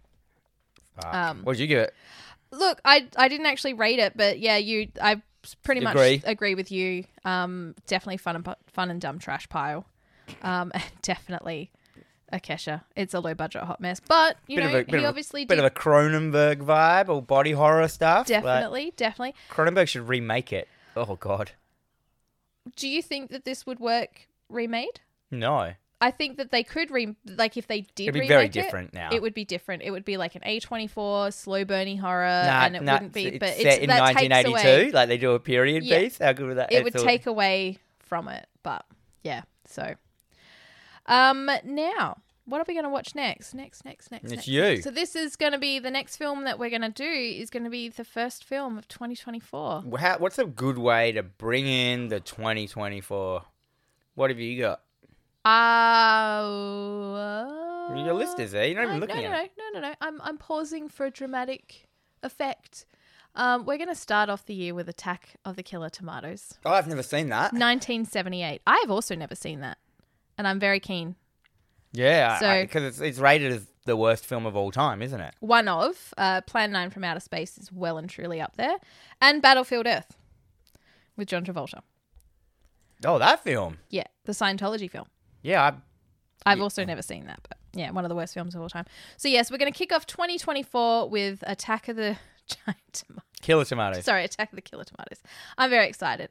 A: Um, What'd you give it?
B: Look, I I didn't actually rate it, but yeah, you I pretty much
A: Agree.
B: agree with you. Um, definitely fun and pu- fun and dumb trash pile. Um, and definitely a Kesha. It's a low budget hot mess, but you
A: Bit of
B: know,
A: a- bit of
B: he
A: a-
B: obviously
A: Bit
B: did
A: of a Cronenberg vibe or body horror stuff. like,
B: definitely definitely.
A: Cronenberg should remake it. Oh, God.
B: Do you think that this would work remade?
A: No.
B: I think that they could re like if they did
A: It'd be
B: remake
A: very
B: it,
A: different now.
B: It would be different. It would be like an A twenty four slow burny horror,
A: Nah,
B: uh, and it
A: nah,
B: wouldn't be.
A: it's
B: but it's,
A: set in
B: that takes away.
A: 1982. Like they do a period
B: Yeah.
A: piece. How good would that?
B: it would
A: it's all-
B: take away from it. But yeah, so um now what are we going to watch next? Next, next, next.
A: It's
B: next,
A: you.
B: next. So this is going to be the next film that we're going to do is going to be the first film of 2024.
A: How, what's a good way to bring in the 2024? What have you got?
B: Uh, uh,
A: Your list is there. You're not even
B: no,
A: looking
B: no, no,
A: at it.
B: no, no, no. I'm I'm pausing for a dramatic effect. Um, we're going to start off the year with Attack of the Killer Tomatoes,
A: Oh, I've never seen that.
B: 1978. I have also never seen that, and I'm very keen So-
A: Yeah, because it's, it's rated as the worst film of all time, isn't it?
B: one of uh, Plan 9 from Outer Space is well and truly up there, and Battlefield Earth with John Travolta.
A: Oh, that film.
B: Yeah, the Scientology film.
A: Yeah, I,
B: I've also never seen that, but yeah, one of the worst films of all time. So, yes, we're going to kick off 2024 with Attack of the Giant Tomatoes.
A: Killer Tomatoes.
B: Sorry, Attack of the Killer Tomatoes. I'm very excited.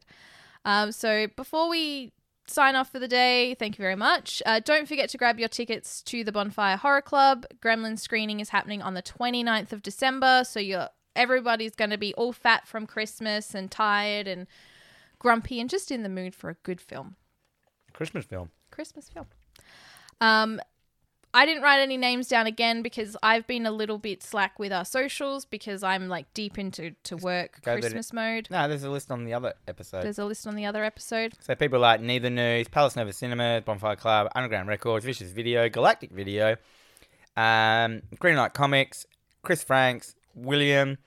B: Um, so, before we sign off for the day, thank you very much. Uh, don't forget to grab your tickets to the Bonfire Horror Club. Gremlin screening is happening on the 29th of December, so you're everybody's going to be all fat from Christmas and tired and grumpy and just in the mood for a good film.
A: Christmas film.
B: Christmas film. Um, I didn't write any names down again because I've been a little bit slack with our socials because I'm like deep into to work
A: go with it.
B: Christmas mode.
A: No, there's a list on the other episode.
B: There's a list on the other episode.
A: so people like Neither News, Palace Nova Cinemas, Bonfire Club, Underground Records, Vicious Video, Galactic Video, um, Green Light Comics, Chris Franks, William,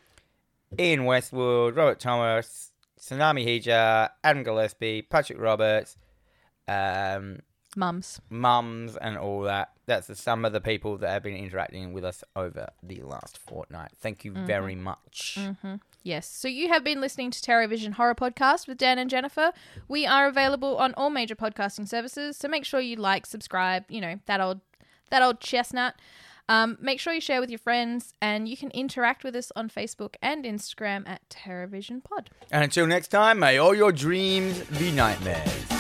A: Ian Westwood, Robert Thomas, Tsunami Hija, Adam Gillespie, Patrick Roberts, um,
B: Mums.
A: mums and all that. That's the, some of the people that have been interacting with us over the last fortnight. Thank you very much.
B: Yes. So you have been listening to Terror Vision Horror Podcast with Dan and Jennifer. We are available on all major podcasting services, so make sure you like, subscribe, you know, that old that old chestnut. Um, make sure you share with your friends and you can interact with us on Facebook and Instagram at Terror Vision Pod.
A: And until next time, may all your dreams be nightmares.